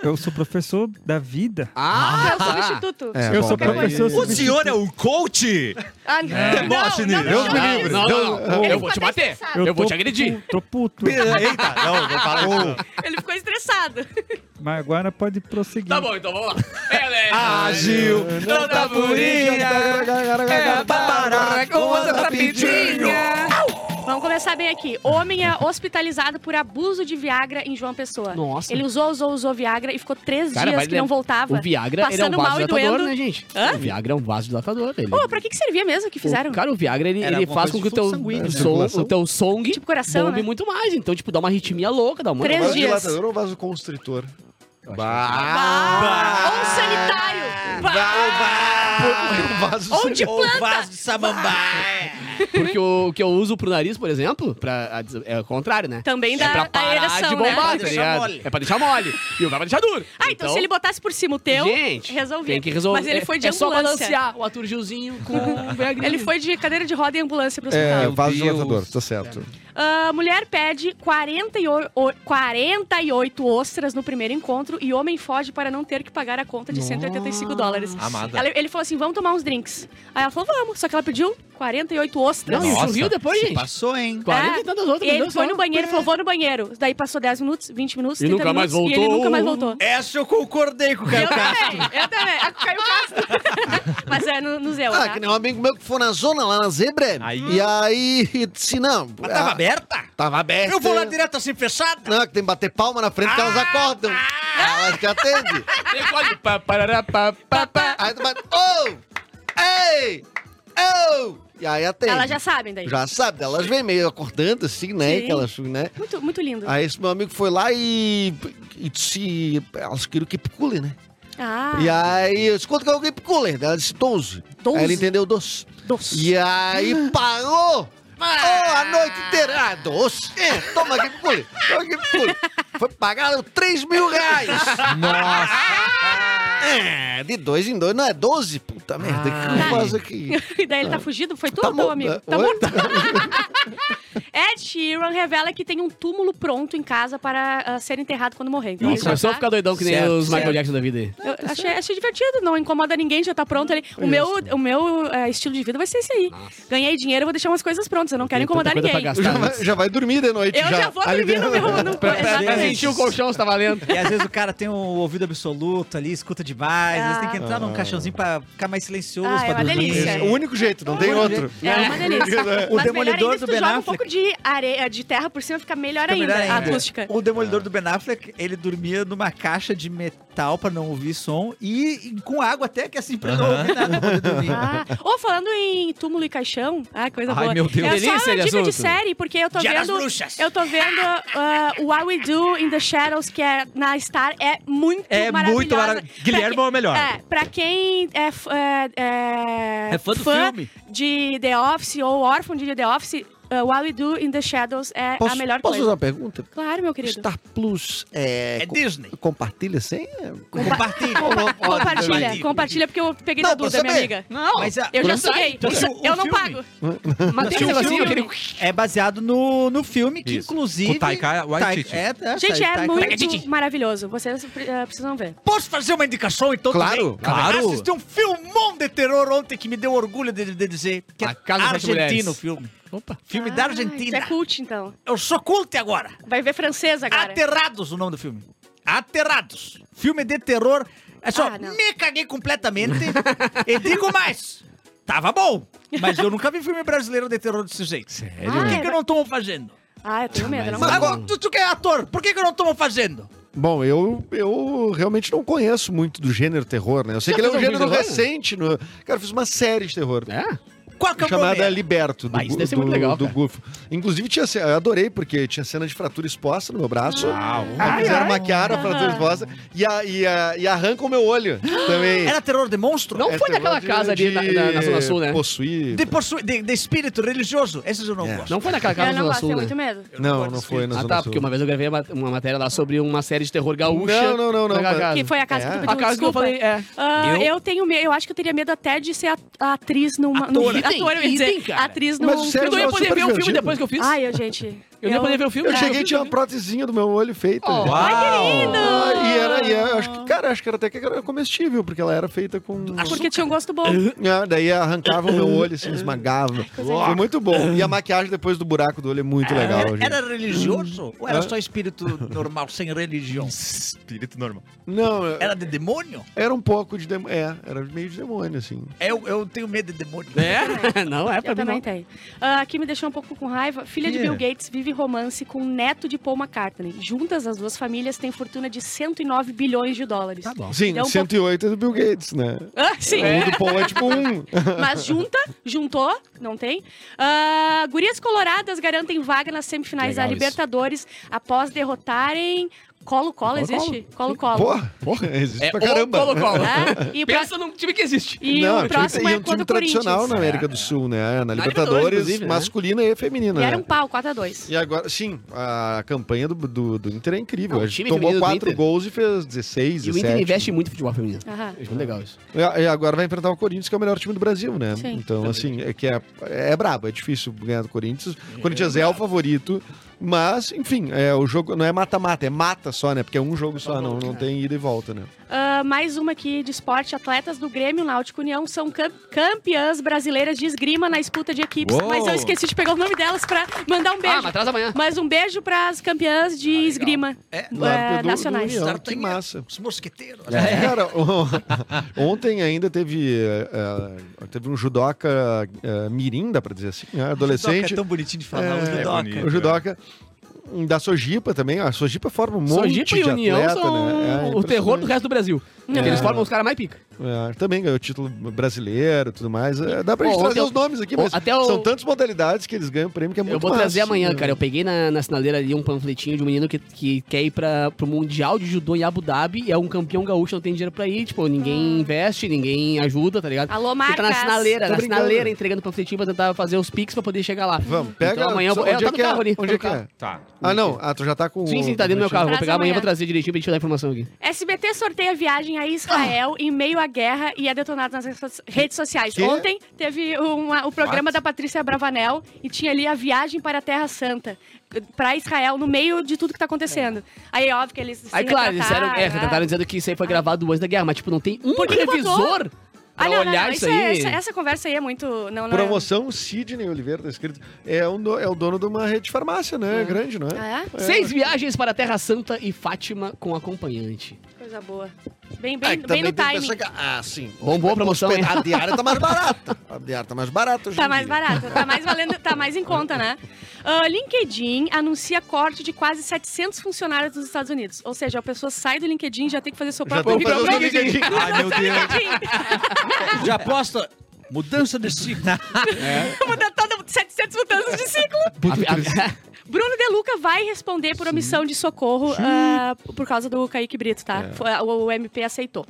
Eu sou professor da vida. Ah, É o *laughs* substituto. É, eu bom, sou daí- professor O substituto. senhor é um coach? Ah, não, Demóstenes. não, não, Deus não, me Ah, não, livre. não, não, não. Ele Eu ficou vou te até bater. estressado. Eu vou tô te agredir. puto, Tô puto. Eita, não, vou falar isso. não. Ele ficou estressado. Mas agora pode prosseguir. Tá bom, então vamos lá. *laughs* Ela é Ágil, toda furinha, tá é a papará com outra rapidinha. Vamos começar bem aqui. Homem é hospitalizado por abuso de Viagra em João Pessoa. Nossa. Ele usou, usou, usou Viagra e ficou três Cara, dias vai que não lem- voltava. O Viagra ele é um passando mal e vasodilatador, doendo. né, gente? Hã? O Viagra é um vasodilatador. Ele... Pô, pra que, que servia mesmo que fizeram? O, cara, o Viagra, ele, Era ele alguma faz com coisa que o de teu, fluxo sanguíneo, som, circulação. o teu song Tipo coração, bombe né? muito mais. Então, tipo, dá uma arritmia louca, dá uma... Três Vaso dias. dilatador ou vaso constritor? Bah! Ou sanitário! Bah! Vaso Ou de O planta! vaso de samambaia. Porque o que eu uso pro nariz, por exemplo, pra, é o contrário, né? Também é dá pra a parar ereção, né? de bombar, É pra tá deixar ligado? mole. É pra deixar mole. E o vai pra deixar duro. Ah, então, se ele botasse por cima o teu, Gente, resolvi. tem que resolver. Mas ele foi de é, é só ambulância. balancear o Aturgilzinho com o *laughs* Viagra. Ele foi de cadeira de roda e ambulância pro hospital. É, Meu vaso Deus. dilatador, tá certo. Ah, mulher pede 48, o- 48 ostras no primeiro encontro e homem foge para não ter que pagar a conta de 185 dólares. Amada. Ela- ele falou assim: vamos tomar uns drinks. Aí ela falou: vamos. Só que ela pediu 48 ostras. Não, e o Nossa, sorriu depois, Se gente. Passou, hein? 40 e tantas É? E outras. né? meu ele Deus foi do no céu. banheiro, ele falou: vou no banheiro. Daí passou 10 minutos, 20 minutos, E 30 nunca mais minutos e ele voltou. É nunca mais voltou. Essa eu concordei com o Eu Caio Castro. também, eu também. Ah, Caiu Castro. *laughs* Mas é no, no Zeu, Ah, tá? que nem um amigo meu que foi na zona lá na zebra. Aí. E aí disse, não. Mas tava ah, aberta? Tava aberto. Eu vou lá direto assim, fechada. Ah, Não, que tem que bater palma na frente que elas acordam. Elas que atendem. Ele pode... pá, parará, pá, pá, pá. Aí tu bate. Ô! Ei! Ô! E aí atende. Elas já sabem daí. Já sabe, elas vêm meio acordando assim, né? Sim. Que elas, né? Muito, muito lindo. Aí esse meu amigo foi lá e, e É disse. Elas queriam que picule, né? Ah, E aí, eu disse, quanto que é o Gabe Cooler? Ela disse 12. 12? Aí ela entendeu doce. doce. E Ah. aí, parou! Oh, a noite inteira! Ah, doce! É, toma Gabe Cooler! Toma Gabe Cooler! Foi pagaram 3 mil reais! Nossa, É, de dois em dois, não é 12? Puta merda, o que Ah. eu faço aqui? *laughs* E daí ele tá fugido? Foi tu Tá ou teu morto, amigo? né? Tá Oi? morto. Ed Sheeran revela que tem um túmulo pronto em casa para ah, ser enterrado quando morrer. Então, Ih, ele já Começou a tá- ficar doidão que nem Certo, os Michael certo. Jackson da vida aí. Eu achei, achei divertido, não incomoda ninguém, já tá pronto ali. O meu, o meu eh, estilo de vida vai ser esse aí. Ganhei dinheiro, eu vou deixar umas coisas prontas, eu não quero Tem tanta incomodar coisa ninguém. pra gastar. Já vai, já vai dormir de noite. Eu já, vou Ali dormir no dentro- meu... No, Pra, pra- pra exatamente. sentir o colchão, se tá valendo. E às vezes o cara tem um ouvido absoluto ali, escuta demais. Às vezes tem que entrar num caixãozinho pra ficar mais silencioso. Ah, é pra uma dormir. delícia. O único jeito, não tem outro. É uma *laughs* delícia. O Mas demolidor melhor ainda se tu do Ben joga um Affleck. pouco de areia, de terra por cima, fica melhor Fica ainda melhor a ainda. acústica. O demolidor do Ben Affleck, ele dormia numa caixa de metal pra não ouvir som e, e com água até que assim pra não ouvir nada pra *laughs* poder dormir. Ah, ou falando em túmulo e caixão, ah, coisa Ai, boa. meu Deus. é só Delícia uma de dica de assunto. série, porque eu tô Dia das vendo. Bruxas. Eu tô vendo ah, o What We Do in the Shadows, que é na Star, é muito é maravilhosa. muito maravilhoso. Pra Guilherme é o melhor. quem- É, pra quem é, f- é, É fã do filme? de The Office ou órfão de The Office, uh, What We Do in the Shadows é Posso, a melhor posso coisa. fazer uma pergunta? Claro, meu querido. Star Plus é, É co- Disney. compartilha sem? Compartilha. Compartilha, compartilha, porque eu peguei Não, da você Duda, minha bem. amiga. Não, Mas a- Eu já Sai, suguei. tu Isso- assistiu o Eu não filme? pago. mas tem Assistiu esse um o negocinho filme? aquele- É baseado no, no filme que, Isso. inclusive... Com Taika Waititi. Taika- é, Tá é, Gente, Taika- é Titi. muito maravilhoso. Vocês eh, precisam ver. Posso fazer uma indicação então? Claro, também? claro. Assisti um filmão de terror ontem que me deu orgulho de, de dizer que é A Casa das Sete Mulheres. argentino o filme. Opa. Filme da Ah, isso Argentina. é cult, então. Eu sou culto agora. Vai ver francês agora. Aterrados o nome do filme. Aterrados. Filme de terror. É só, Ah, não. me caguei completamente. e digo mais, tava bom. Mas eu nunca vi filme brasileiro de terror desse jeito. Sério? Por que, Ah, que é eu não tô fazendo? Ah, eu tenho medo. eu Não Mas- vou. Agora, tu, tu que é ator, por que, que eu não tô fazendo? Bom, eu, eu realmente não conheço muito do gênero terror, né? Eu sei Já que ele é um fez algum gênero terror? recente. No... Cara, eu fiz uma série de terror. É? Qual que é o nome? chamada Liberto, do, Ah, isso Gu- deve ser muito do- legal, do cara. Gufo. Inclusive, tinha, ce- eu adorei, porque tinha cena de fratura exposta no meu braço. Uau. Aí fizeram Ah, ai. maquiar a fratura exposta e, a- e a- e arrancam o meu olho também. Era terror de monstro? Não É foi naquela terror casa ali na, na- na Zona Sul, né? Possuir. De, possu- de, de espírito religioso? Esses eu não É. gosto. Não foi naquela casa Eu na não Zona gosto, Sul, tenho né? muito medo. Não, gosto não desse foi na Ah, Zona tá, Sul. porque uma vez eu gravei uma, uma matéria lá sobre uma série de terror gaúcha. Não, não, não, não, Naquela mas- casa. Que foi a casa É. que tu A pediu casa que eu desculpa. falei, é. Ah, Eu- eu... tenho medo, eu acho que eu teria medo até de ser a- atriz numa. no- Atora. ator, eu ia dizer. Idem, cara. atriz num Mas Eu o Sérgio não ia é filme. poder super ver o filme divertido. depois que eu fiz. Ai, eu, gente. eu Ah, não ia poder ver o filme. Eu cara. cheguei e tinha um- uma prótesezinha do meu olho feita. Oh. Uau. Ah, e era, e era- eu acho que, cara, acho que era até que era comestível, porque ela era feita com. Porque tinha um gosto *laughs* bom. Ah, daí arrancava o meu olho, assim, esmagava. Foi muito bom. E a maquiagem depois do buraco do olho é muito legal. gente. Era religioso? Ou era Hã? só espírito normal, sem *laughs* religião? Espírito normal. Não, era... Era de demônio? era um pouco de demônio. É, era meio de demônio, assim. Eu, eu tenho medo de demônio. É? Não, é pra Eu mim também não. tenho. Ah, que me deixou um pouco com raiva. Filha de Que? Bill Gates vive romance com o neto de Paul McCartney. Juntas, as duas famílias têm fortuna de 109 bilhões de dólares. Tá bom. Sim, Então, 108 é do Bill Gates, né? Ah, sim. O do Paul é *laughs* tipo um. Mas junta, juntou, não tem. Ah, gurias coloradas garantem vaga nas semifinais Legal da isso. Libertadores após derrotarem Colo-Colo, Colo-Colo? existe? Colo-Colo. Porra, porra, existe É pra o caramba. Colo-Colo. Ah, e o pro- *laughs* Pensa num time que existe. e Não, é um o time- próximo e é um time contra o tradicional Corinthians. na América do Sul, né? Na Libertadores, Libertadores, inclusive, né? masculina e feminina. E era né? um pau, 4x2. E agora, sim, a campanha do, do, do Inter é incrível. Não, o a gente time tomou feminino do 4 Inter. gols e fez 16, E o Inter 17. investe muito em futebol feminino. Aham. É Acho muito legal isso. E e agora vai enfrentar o Corinthians, que é o melhor time do Brasil, né? Sim. Então, assim, é que é, é brabo, é difícil ganhar do Corinthians. O Corinthians é o favorito, mas, enfim, é, o jogo não é mata-mata, é mata só, né? Porque é um jogo só, não, não tem ida e volta, né? Ah, mais uma aqui de esporte. Atletas do Grêmio Náutico União são cam- campeãs brasileiras de esgrima na disputa de equipes. Uou! Mas eu esqueci de pegar o nome delas pra mandar um beijo. Ah, mas Ah, traz amanhã. Mas um beijo pras campeãs de esgrima É, eh, Largo do- nacionais. do União. Sarto que em massa. Os mosqueteiros. É. Cara, o- *laughs* ontem ainda teve, eh, eh, teve um judoca eh, mirim, dá pra dizer assim, Um né? adolescente. É tão bonitinho de falar, É, o judoca. é bonito. O judoca hum, da Sojipa também. A Sojipa forma um monte Sojipa de e União atleta, são né? É o terror impressionante. do resto do Brasil. Eles formam os caras mais pica. É, também ganhou título brasileiro e tudo mais. É, dá pra Bom, gente trazer ontem- os nomes aqui, bom, mas até o- são tantas modalidades que eles ganham prêmio que é muito Eu vou massa, trazer amanhã, né? cara. Eu peguei na, na sinaleira ali um panfletinho de um menino que, que quer ir pra, pro Mundial de Judô em Abu Dhabi e é um campeão gaúcho, não tem dinheiro pra ir. Tipo, ninguém investe, ninguém ajuda, tá ligado? Alô, Ele tá na marcas. sinaleira, Tô na brincando. sinaleira, entregando panfletinho pra tentar fazer os pics pra poder chegar lá. Vamos, pega. Então amanhã eu vou... onde É, tá é no que é? carro ali. tá Onde no é que carro. é? Tá. Ah, não. Ah, tu já tá com o- Sim, sim, tá dentro do meu carro. Vou Traz pegar amanhã e amanhã. vou trazer direitinho pra gente te dar a informação aqui. SBT sorteia viagem a Israel em meio à guerra e é detonado nas redes so- redes sociais. Quê? Ontem teve uma- o programa da Patrícia Bravanel e tinha ali a viagem para a Terra Santa, para Israel, no meio de tudo que tá acontecendo. Aí é óbvio que eles. se Aí, claro, eles disseram, é, retrataram, né? retrataram dizendo que isso aí foi gravado antes da guerra, mas, tipo, não tem um Por que que revisor pra Ah, não, não, não, olhar isso, isso é- aí. essa, essa conversa aí é muito. Não, não é- Promoção Sidney Oliveira, tá escrito. É, um do- é o dono de uma rede de farmácia, né? Grande, não é? Ah, é? Seis viagens para a Terra Santa e Fátima com acompanhante. Coisa boa. Bem, É bem, que bem também no tem que timing. pensar que- ah, sim. Bombou a promoção, hein? A diária tá mais barata. A diária tá mais barata. hoje Tá em mais dia. barato, tá mais valendo, tá mais em conta, *laughs* né? Ah, LinkedIn anuncia corte de quase 700 funcionários dos Estados Unidos. Ou seja, a pessoa sai do LinkedIn e já tem que fazer seu Já próprio tem que então fazer o LinkedIn. LinkedIn. Ai, *laughs* meu Deus. Já aposta mudança de ciclo. Muda toda- 700 mudanças de ciclo. A- a- Bruno De Luca vai responder por É. omissão de socorro ah, por causa do Kaique Brito, tá? Foi- O, o MP aceitou.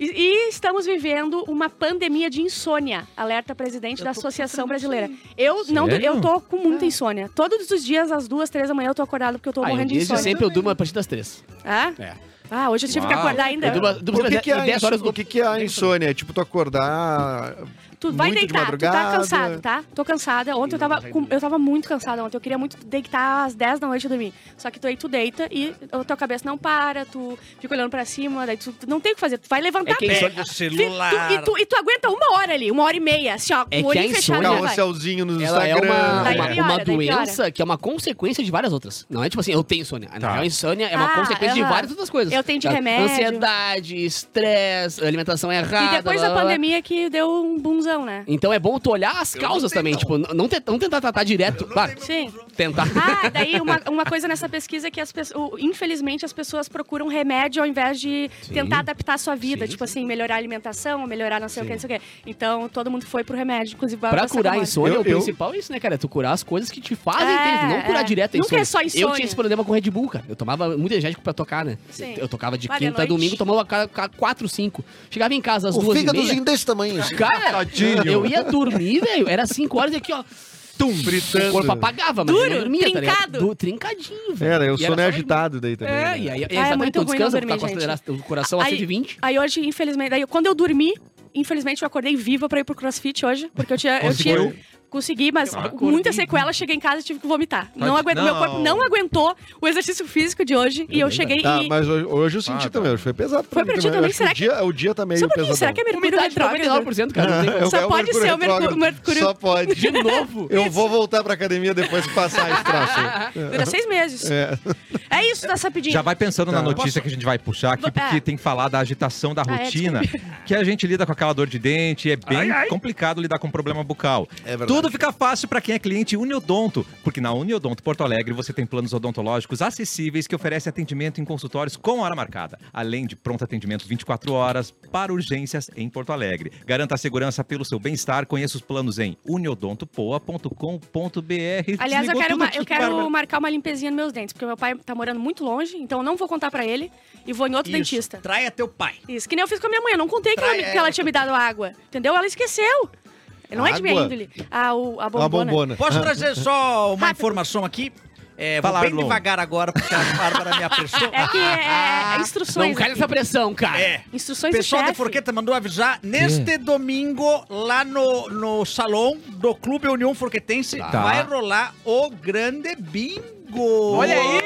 E, e estamos vivendo uma pandemia de insônia, alerta presidente Eu da tô Associação sofrendo Brasileira. Eu não, Sério? eu tô com É. muita insônia. Todos os dias, às duas, três da manhã, eu tô acordado porque eu tô Ah, eu morrendo de desde insônia. sempre eu durmo a partir das três. Ah? É. ah, hoje eu tive que Uau. acordar ainda. Eu durmo, a- durmo O que, que, é, às a 10 inso- horas o do... que, que é a insônia? É tipo tu acordar. Tu vai Muito de deitar, tu tá madrugada. cansado, tá? Tô cansada. Ontem eu tava, com- eu tava muito cansada ontem. Eu queria muito deitar às 10 da noite e dormir. Só que tu aí tu deita e a tua cabeça não para, tu fica olhando pra cima, daí tu, tu não tem o que fazer. Tu vai levantar É que a pé. insônia- Pega o Fi- tu- celular. e, tu, e tu aguenta uma hora ali, uma hora e meia, assim, ó, É com o que a olho fechado. insônia- Pegar já um vai. anelzinho no Ela é Instagram. né? Daí uma, uma, Tá piora, uma daí doença que é uma consequência de várias outras. Não é tipo assim, eu tenho insônia. Na Tá. real, a insônia é uma Ah, consequência de aham. várias outras coisas. Eu tenho de Tá? remédio. Ansiedade, estresse, alimentação E errada. depois da blá, blá, blá. pandemia que deu um bunzão, né? Então é bom tu olhar as causas também. Tipo, n- não, te- não tentar tratar direto. Claro, Sim. *laughs* tentar. Ah, daí uma, uma coisa nessa pesquisa é que as pessoas, infelizmente as pessoas procuram remédio ao invés de tentar adaptar a sua vida, Sim, tipo assim, melhorar a alimentação, melhorar não sei o que, não sei o que. Então todo mundo foi pro remédio, inclusive Pra curar a isso. insônia, Eu- o eu- principal é isso, né, cara? Tu curar as coisas que te fazem É, ter, não curar é. direto a Nunca insônia. é só insônia. Eu tinha esse problema com o Red Bull, cara. Eu tomava muito energético pra tocar, né? Sim. Eu tocava de Vale à quinta a noite. domingo, tomava ca- ca- quatro, cinco. Chegava em casa às O duas e meia. fígadozinho desse tamanho. assim. Cara, Tadinho. eu ia dormir, velho. Era 5 horas e aqui, ó. Tum, Fritando. O Um corpo apagava, mas Duro, eu dormia, tá ligado? trincado. Du- trincadinho, velho. Era, eu E sou né, só- agitado daí também. É, né? e aí, é exatamente, muito então ruim não descansa, tá dormir, com a gente. aceleração- o coração é a Aí- 120. Aí hoje, infelizmente, daí quando eu dormi, infelizmente eu acordei viva pra ir pro CrossFit hoje, porque eu tinha, eu tinha consegui, mas muita sequela, cheguei em casa e tive que vomitar. Não aguento, meu corpo não aguentou o exercício físico de hoje e eu cheguei Tá, e mas hoje, hoje eu senti também, hoje foi pesado. Foi pra ti também, Eu acho que será o dia, o dia tá meio É, Só um pouquinho, pesado. será que é mercúrio Umidade tá retrógrado? 99%, cara. não tem como. Só pode ser o mercú- mercúrio- Só pode. De novo. Eu vou voltar pra academia depois que passar esse um troço. *laughs* Dura seis meses. É, isso, tá rapidinho. Já vai pensando na Tá. notícia que a gente vai puxar aqui, Vou- porque é. tem que falar da agitação da Ah, é, rotina, que a gente lida com aquela dor de dente, e é bem complicado lidar com um problema bucal. É verdade. Tudo fica fácil para quem é cliente Uniodonto, porque na Uniodonto Porto Alegre você tem planos odontológicos acessíveis que oferecem atendimento em consultórios com hora marcada, além de pronto atendimento 24 horas para urgências em Porto Alegre. Garanta a segurança pelo seu bem-estar, conheça os planos em uniodontopoa.com.br. Aliás, eu Desligou quero, tudo uma- aqui, eu que bárbaro. quero um- marcar uma limpezinha nos meus dentes, porque meu pai tá morando muito longe, então eu não vou contar pra ele e vou em outro dentista. Traia teu pai. Isso, que nem eu fiz com a minha mãe, eu não contei que ela, me- Trai que ela ela. tinha me dado água, entendeu? Ela esqueceu. Não é de minha Água? índole. Ah, o, a bombona. Uma bombona. Posso trazer só uma Rápido. informação aqui? É, vou Fala, bem Arlon. devagar agora, porque a Bárbara me apressou. *laughs* É que é, é- *laughs* é Não instruções. cai aqui. nessa pressão, cara. É. Instruções Pessoal do da chefe. Forqueta mandou avisar neste domingo, lá no, no salão do Clube União Forquetense, Tá. vai rolar o grande bingo. Olha aí!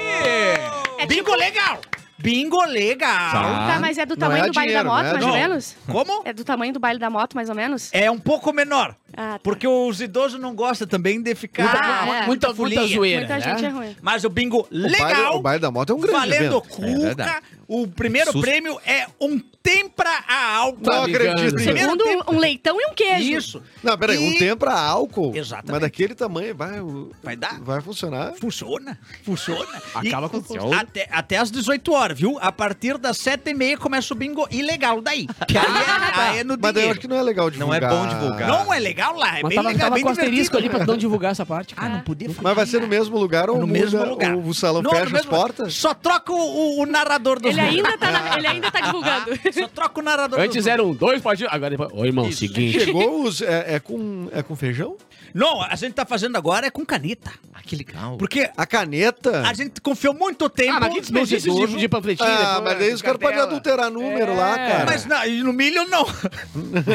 É bingo tipo- legal! Bingo legal! Tá. Tá, mas é do Não tamanho é do baile dinheiro, da moto, né? mais Não. ou menos? Como? É do tamanho do baile da moto, mais ou menos? É um pouco menor. Ah, tá. Porque os idosos não gostam também de ficar. Muita, Ah, muita, é. muita folia. zoeira, Muita né? gente é ruim. Mas o bingo O baile, legal. o baile da moto é um grande valendo evento. cuca. o primeiro Susto. prêmio é um tempra a alta. Não acredito. ligando. nisso. Primeiro Segundo, tempo. um leitão e um queijo. Isso. Não, peraí, E- um tempo pra álcool. Exatamente. Mas daquele tamanho vai, o- Vai dar? vai funcionar. Funciona, funciona. Acaba com E até, até às 18 horas, viu? A partir das 7 e meia começa o bingo ilegal daí. Que aí é, aí é no Mas daí eu acho dinheiro. que não é legal Não é divulgar. bom divulgar. Não é legal lá, é Mas bem tava, legal, tava bem com asterisco divertido. ali pra não divulgar essa parte, cara. Ah, não podia falar. Mas vai ser no mesmo lugar ou No mesmo muda, lugar. ou o salão Não, é no fecha as mesmo- portas? Só troca o, o- o narrador dos Ele ainda, tá na- ele ainda tá divulgando. números. Só troca o narrador Antes dos eram dois partidos, agora depois... Ô, irmão, Isso. seguinte... Chegou os... É, é com, é com feijão? números. Não, a gente tá fazendo agora é com caneta. Ah, que legal. Porque A caneta? a gente confiou muito tempo Ah, mas que no desperdício de, idoso. de panfletinho. né? Ah, depois, mas daí os caras podem cartela. adulterar número lá, cara. Mas não, e no milho não. *laughs*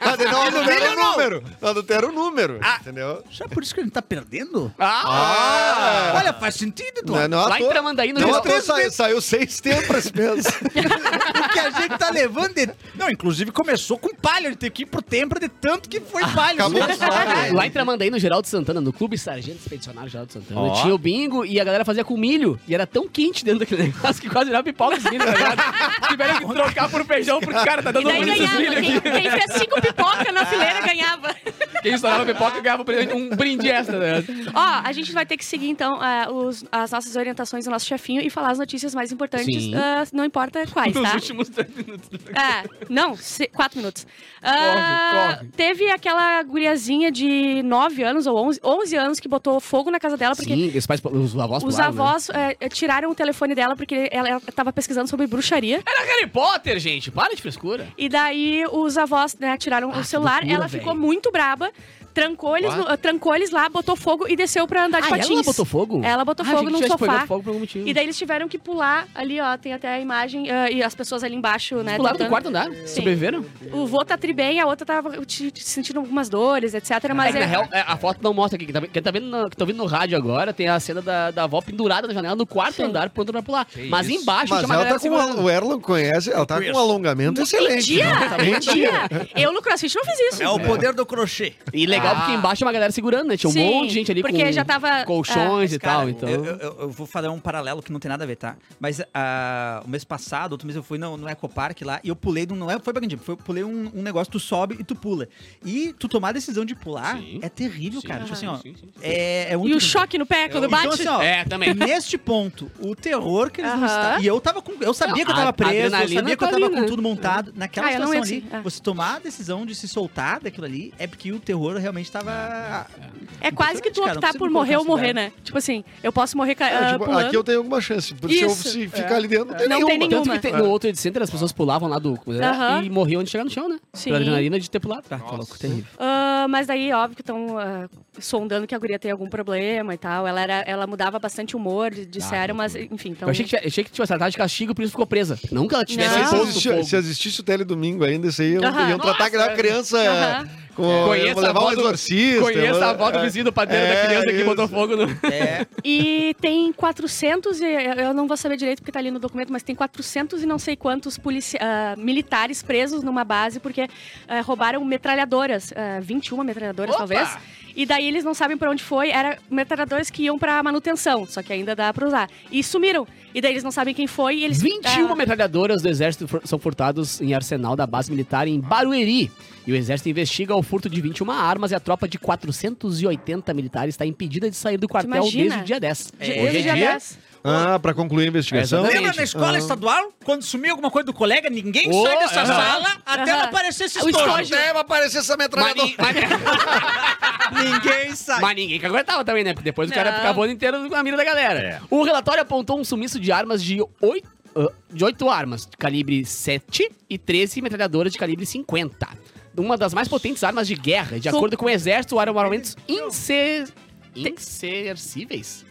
Mas daí não E no adultera milho, o não. número. Não adultera o número, Ah. entendeu? Sabe por isso que a gente tá perdendo? Ah. Olha, faz sentido, Eduardo. Não, é, não à Lá em toa- Tramandaí, no não é Rio à toa Grande do saiu, saiu seis tempos mesmo. O que a gente tá levando de... Não, inclusive começou com palha, a gente teve que ir pro tempra de tanto que foi palha. Acabou com palha. Lá em Tramandaí, no Geraldo Santana, no Clube Sargento Expedicionário Geraldo Santana, Ó. tinha o bingo e a galera fazia com milho. E era tão quente dentro daquele negócio que quase virava pipoca os milho, tá ligado? *laughs* Tiveram que trocar por feijão, porque, cara, tá E dando daí muito esses ganhava. né? milho Quem, aqui. quem fez cinco pipoca na fileira ganhava. Quem, Quem estourava a pipoca ganhava um brinde- um brinde extra, né? *laughs* Ó, a gente vai ter que seguir, então, ah, os- as nossas orientações do nosso chefinho e falar as notícias mais importantes, Sim. ah, não importa quais, Nos tá? últimos dois minutos. É, não, se- quatro minutos. Ah, corre. Teve aquela guriazinha de nove anos ou 11, 11 anos que botou fogo na casa dela porque Sim, os pais, os avós os pularam, né? avós eh, eh, tiraram o telefone dela porque ela, ela tava pesquisando sobre bruxaria. Era É Harry Potter, gente. Para de frescura. E daí os avós né, tiraram Ah, o que celular, loucura, ela ficou velho. muito braba, trancou eles, What? no- trancou eles lá, botou fogo e desceu pra andar de Ah, patins. ela botou fogo? Ela botou Ah, achei fogo que num tivesse pegado sofá. fogo por algum motivo. E daí eles tiveram que pular ali, ó. Tem até a imagem ah, e as pessoas ali embaixo, né? Pularam do tentando- quarto andar? Sobreviveram? O vô tá tri bem, a outra tava te- te sentindo algumas dores, etc. Mas Mas na é- real, é, a foto não mostra aqui. Quem tá, quem tá vendo no, que tá ouvindo no rádio agora tem a cena da, da avó pendurada na janela no quarto andar, pronta pra pular. Mas isso. embaixo Mas tinha uma ela galera tá com um, segurando. o Erlon conhece, ela tá com um alongamento Em excelente. dia, né? em dia. Eu no CrossFit não fiz isso. É o poder do crochê. E legal porque embaixo tinha uma galera segurando, né? Tinha um Sim, monte de gente ali porque com já tava- ah, colchões Mas, e tal, cara, então... Eu, eu- eu vou fazer um paralelo que não tem nada a ver, tá? Mas ah, o mês passado, outro mês eu fui no, no Ecopark lá e eu pulei, de um- não é, foi pra Gandhi, foi pulei um, um negócio, tu sobe e tu pula. E tu tomar a decisão de pular Sim. é terrível, Sim, cara. Tipo assim, ó, sim, sim, sim. é, é um... E o choque no pé quando bate. Então assim, ó, É, também. neste ponto, o terror que eles não Aham. estavam... E eu tava com... Eu sabia Não, que eu tava a- preso, eu adrenalina sabia que eu tá tava ali, com né? tudo montado. Naquela Ah, eu não situação ia ali, assim, é. você tomar a decisão de se soltar daquilo ali é porque o terror realmente tava... é quase que tu Cara, não optar precisa por me morrer ou colocar morrer, nesse né? Tipo assim, eu posso morrer ca- É, ah, tipo, pulando. aqui eu tenho alguma chance. Porque se eu Isso. se ficar ali dentro, não tem Não nenhuma. tem nenhuma. Tanto que tem- no outro Ed Center as pessoas pulavam lá do... Aham. E morriam onde chegar no chão, né? Sim. Pela adrenalina de ter pulado. Ah, tá louco, terrível. Ah, mas daí, óbvio que estão sondando que a guria tem algum problema e tal. Ela, era, ela mudava bastante o humor, Ah, disseram, mas enfim. Então... Eu achei que, tivesse- achei que tivesse tratado de castigo, por isso ficou presa. Não que ela tivesse Não. Se, posto assisti- fogo. se assistisse o tele domingo ainda, isso aí iam, Aham. iam um tratar que era uma criança *laughs* Aham. com Conheça a levar um voz do- exorcista. Conheça a né? avó do vizinho do padeiro É, da criança que isso. botou fogo no... É, E tem 400, e eu não vou saber direito porque tá ali no documento, mas tem 400 e não sei quantos polici- ah, militares presos numa base porque ah, roubaram metralhadoras, ah, 21 metralhadoras Opa! talvez. E daí eles não sabem pra onde foi, era metralhadoras que iam pra manutenção, só que ainda dá pra usar. E sumiram. E daí eles não sabem quem foi e eles 21 ah, metralhadoras do exército for- são furtados em arsenal da base militar em Barueri. E o exército investiga o furto de 21 armas e a tropa de 480 militares está impedida de sair do quartel imagina? desde o dia 10. de- É, desde hoje em dia dia- 10. Ah, pra concluir a investigação. Exatamente. Lembra na escola estadual? Quando sumia alguma coisa do colega, ninguém Oh, sai dessa aham. sala até Aham. não aparecer esse O estojo. estojo. vai aparecer essa Mas, ni- mas- Ninguém sai. mas ninguém que aguentava também, né? Porque depois o cara Não. ficava o ano inteiro com a mira da galera. É. O relatório apontou um sumiço de armas de 8, de oito armas, de calibre 7 e 13 metralhadoras de calibre 50. Uma das mais potentes armas de guerra. De Sou- acordo com o exército, eram armamentos ince... insercíveis?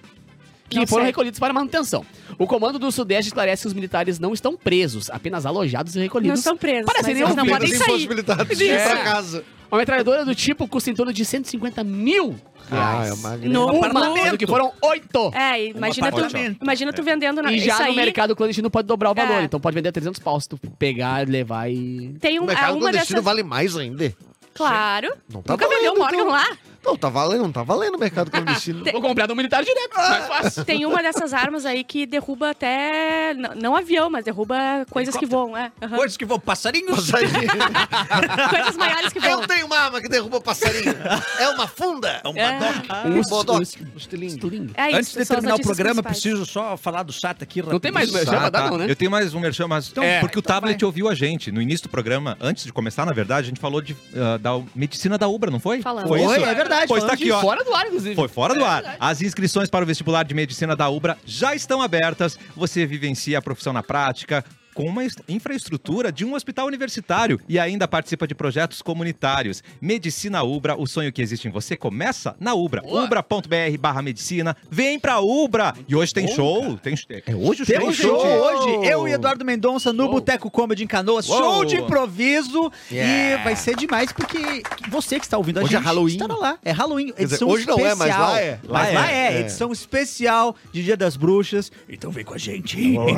que Não foram sei. recolhidos para manutenção. O comando do Sudeste esclarece que os militares não estão presos, apenas alojados e recolhidos. Não são presos, Parece mas nem eles não ouvido. podem sair. impossibilitados de ir É. pra casa. Uma metralhadora do tipo custa em torno de 150 mil Ah, reais. é uma grande... No, Uma, do que foram oito. É, imagina tu, apartamento. imagina É. tu vendendo na E já isso no aí, mercado clandestino pode dobrar o valor, É. então pode vender a 300 pau se tu pegar, levar e... Tem O um, mercado uma clandestino dessas, vale mais ainda. claro. Não tá Nunca vendeu um valendo, órgão então. *laughs* lá? Não, tá valendo, não tá valendo o mercado clandestino. Vou comprar do militar direto, mais fácil. Tem uma dessas armas aí que derruba até. n- Não avião, mas derruba coisas que voam, é. Aham. Coisas que vão passarinhos. Mas aí- *laughs* Coisas maiores que voam. Eu tenho uma arma que derrubou passarinho. É uma funda. É um É, Um bodoque. estilingue. Um estilingue. Estilingue. é isso. Antes de são as terminar o notícias programa, principais. preciso só falar do chat aqui. Não tem mais merchan pra Tá, dar, tá. não, né? Eu tenho mais um merchan, mas. Então, É, porque o então tablet vai. ouviu a gente. No início do programa, antes de começar, na verdade, a gente falou de, ah, da medicina da Ubra, não foi? Falamos. Foi, Foi, isso? é verdade, Pois tá falamos aqui, ó. Fora do ar, inclusive. Foi fora do ar. As inscrições para o vestibular de medicina da Ubra já estão abertas. Você vivencia a profissão na prática com uma est- infraestrutura de um hospital universitário e ainda participa de projetos comunitários. Medicina Ubra, o sonho que existe em você começa na Ubra. Boa. Ubra.br barra medicina. Vem pra Ubra! E hoje tem show. Tem, é hoje o show? Temos gente? um show hoje, eu e Eduardo Mendonça no Uou. Boteco Comedy em Canoas, Uou. show de improviso Yeah. e vai ser demais porque você que está ouvindo a Hoje é gente Halloween. está lá, é Halloween, dizer, edição hoje não especial. é, mas lá é. Mas Lá lá é, é. edição especial de Dia das Bruxas, então vem com a gente. *laughs*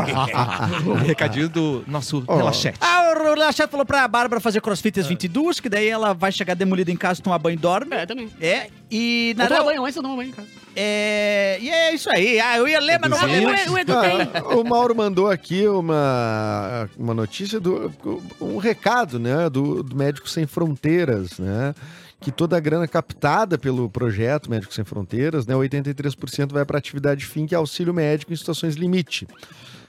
Recadinho do nosso Ó. relaxete. Ah, o Lachete falou pra Bárbara fazer crossfit às 22, que daí ela vai chegar demolida em casa, tomar banho e dorme. É, também. É, e na Não toma real, banho antes, eu tomo banho, cara. é, e é isso aí. Ah, eu ia ler, mas não Ah, vou ler. o, Edu- o Edu tem. Ah, o Mauro mandou aqui uma, uma notícia, do, um recado, né, do, do Médicos Sem Fronteiras, né, que toda a grana captada pelo projeto Médicos Sem Fronteiras, né, 83% vai para atividade fim, que é auxílio médico em situações limite.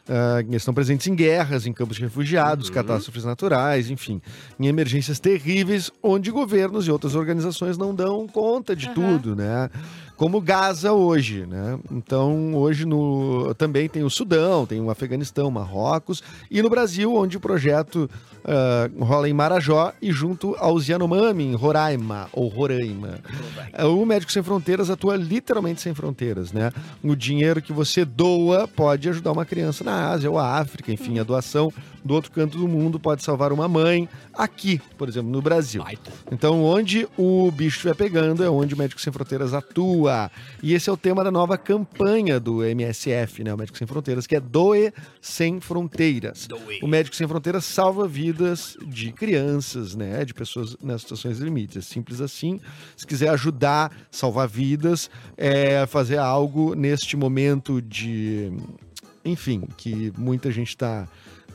Ah, eles estão presentes em guerras, em campos de refugiados, catástrofes naturais, enfim, em emergências terríveis, onde governos e outras organizações não dão conta de Aham. tudo, né? Como Gaza hoje, né? Então, hoje no também tem o Sudão, tem o Afeganistão, Marrocos e no Brasil, onde o projeto ah, rola em Marajó e junto aos Yanomami, em Roraima ou Roraima. Ah, O Médico Sem Fronteiras atua literalmente sem fronteiras, né? O dinheiro que você doa pode ajudar uma criança na Ásia ou a África, enfim, a doação do outro canto do mundo pode salvar uma mãe aqui, por exemplo, no Brasil. Baita. Então, onde o bicho estiver pegando é onde o Médico Sem Fronteiras atua. E esse é o tema da nova campanha do MSF, né? O Médico Sem Fronteiras, que é Doe Sem Fronteiras. O Médico Sem Fronteiras salva vidas de crianças, né? De pessoas nas situações limites. É simples assim. Se quiser ajudar, salvar vidas, é, fazer algo neste momento de. Enfim, que muita gente está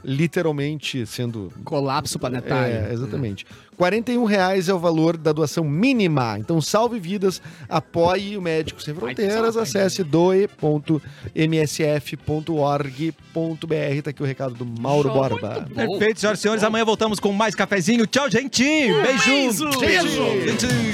literalmente sendo Colapso planetário. é, exatamente. R$ 41 reais é o valor da doação mínima. Então salve vidas, apoie o Médico Sem Fronteiras, acesse doe.msf.org.br. Tá aqui o recado do Mauro Show, Borba. Perfeito, senhoras e senhores. Amanhã voltamos com mais cafezinho. Tchau, gente. Beijo. É um. Beijo. Gente.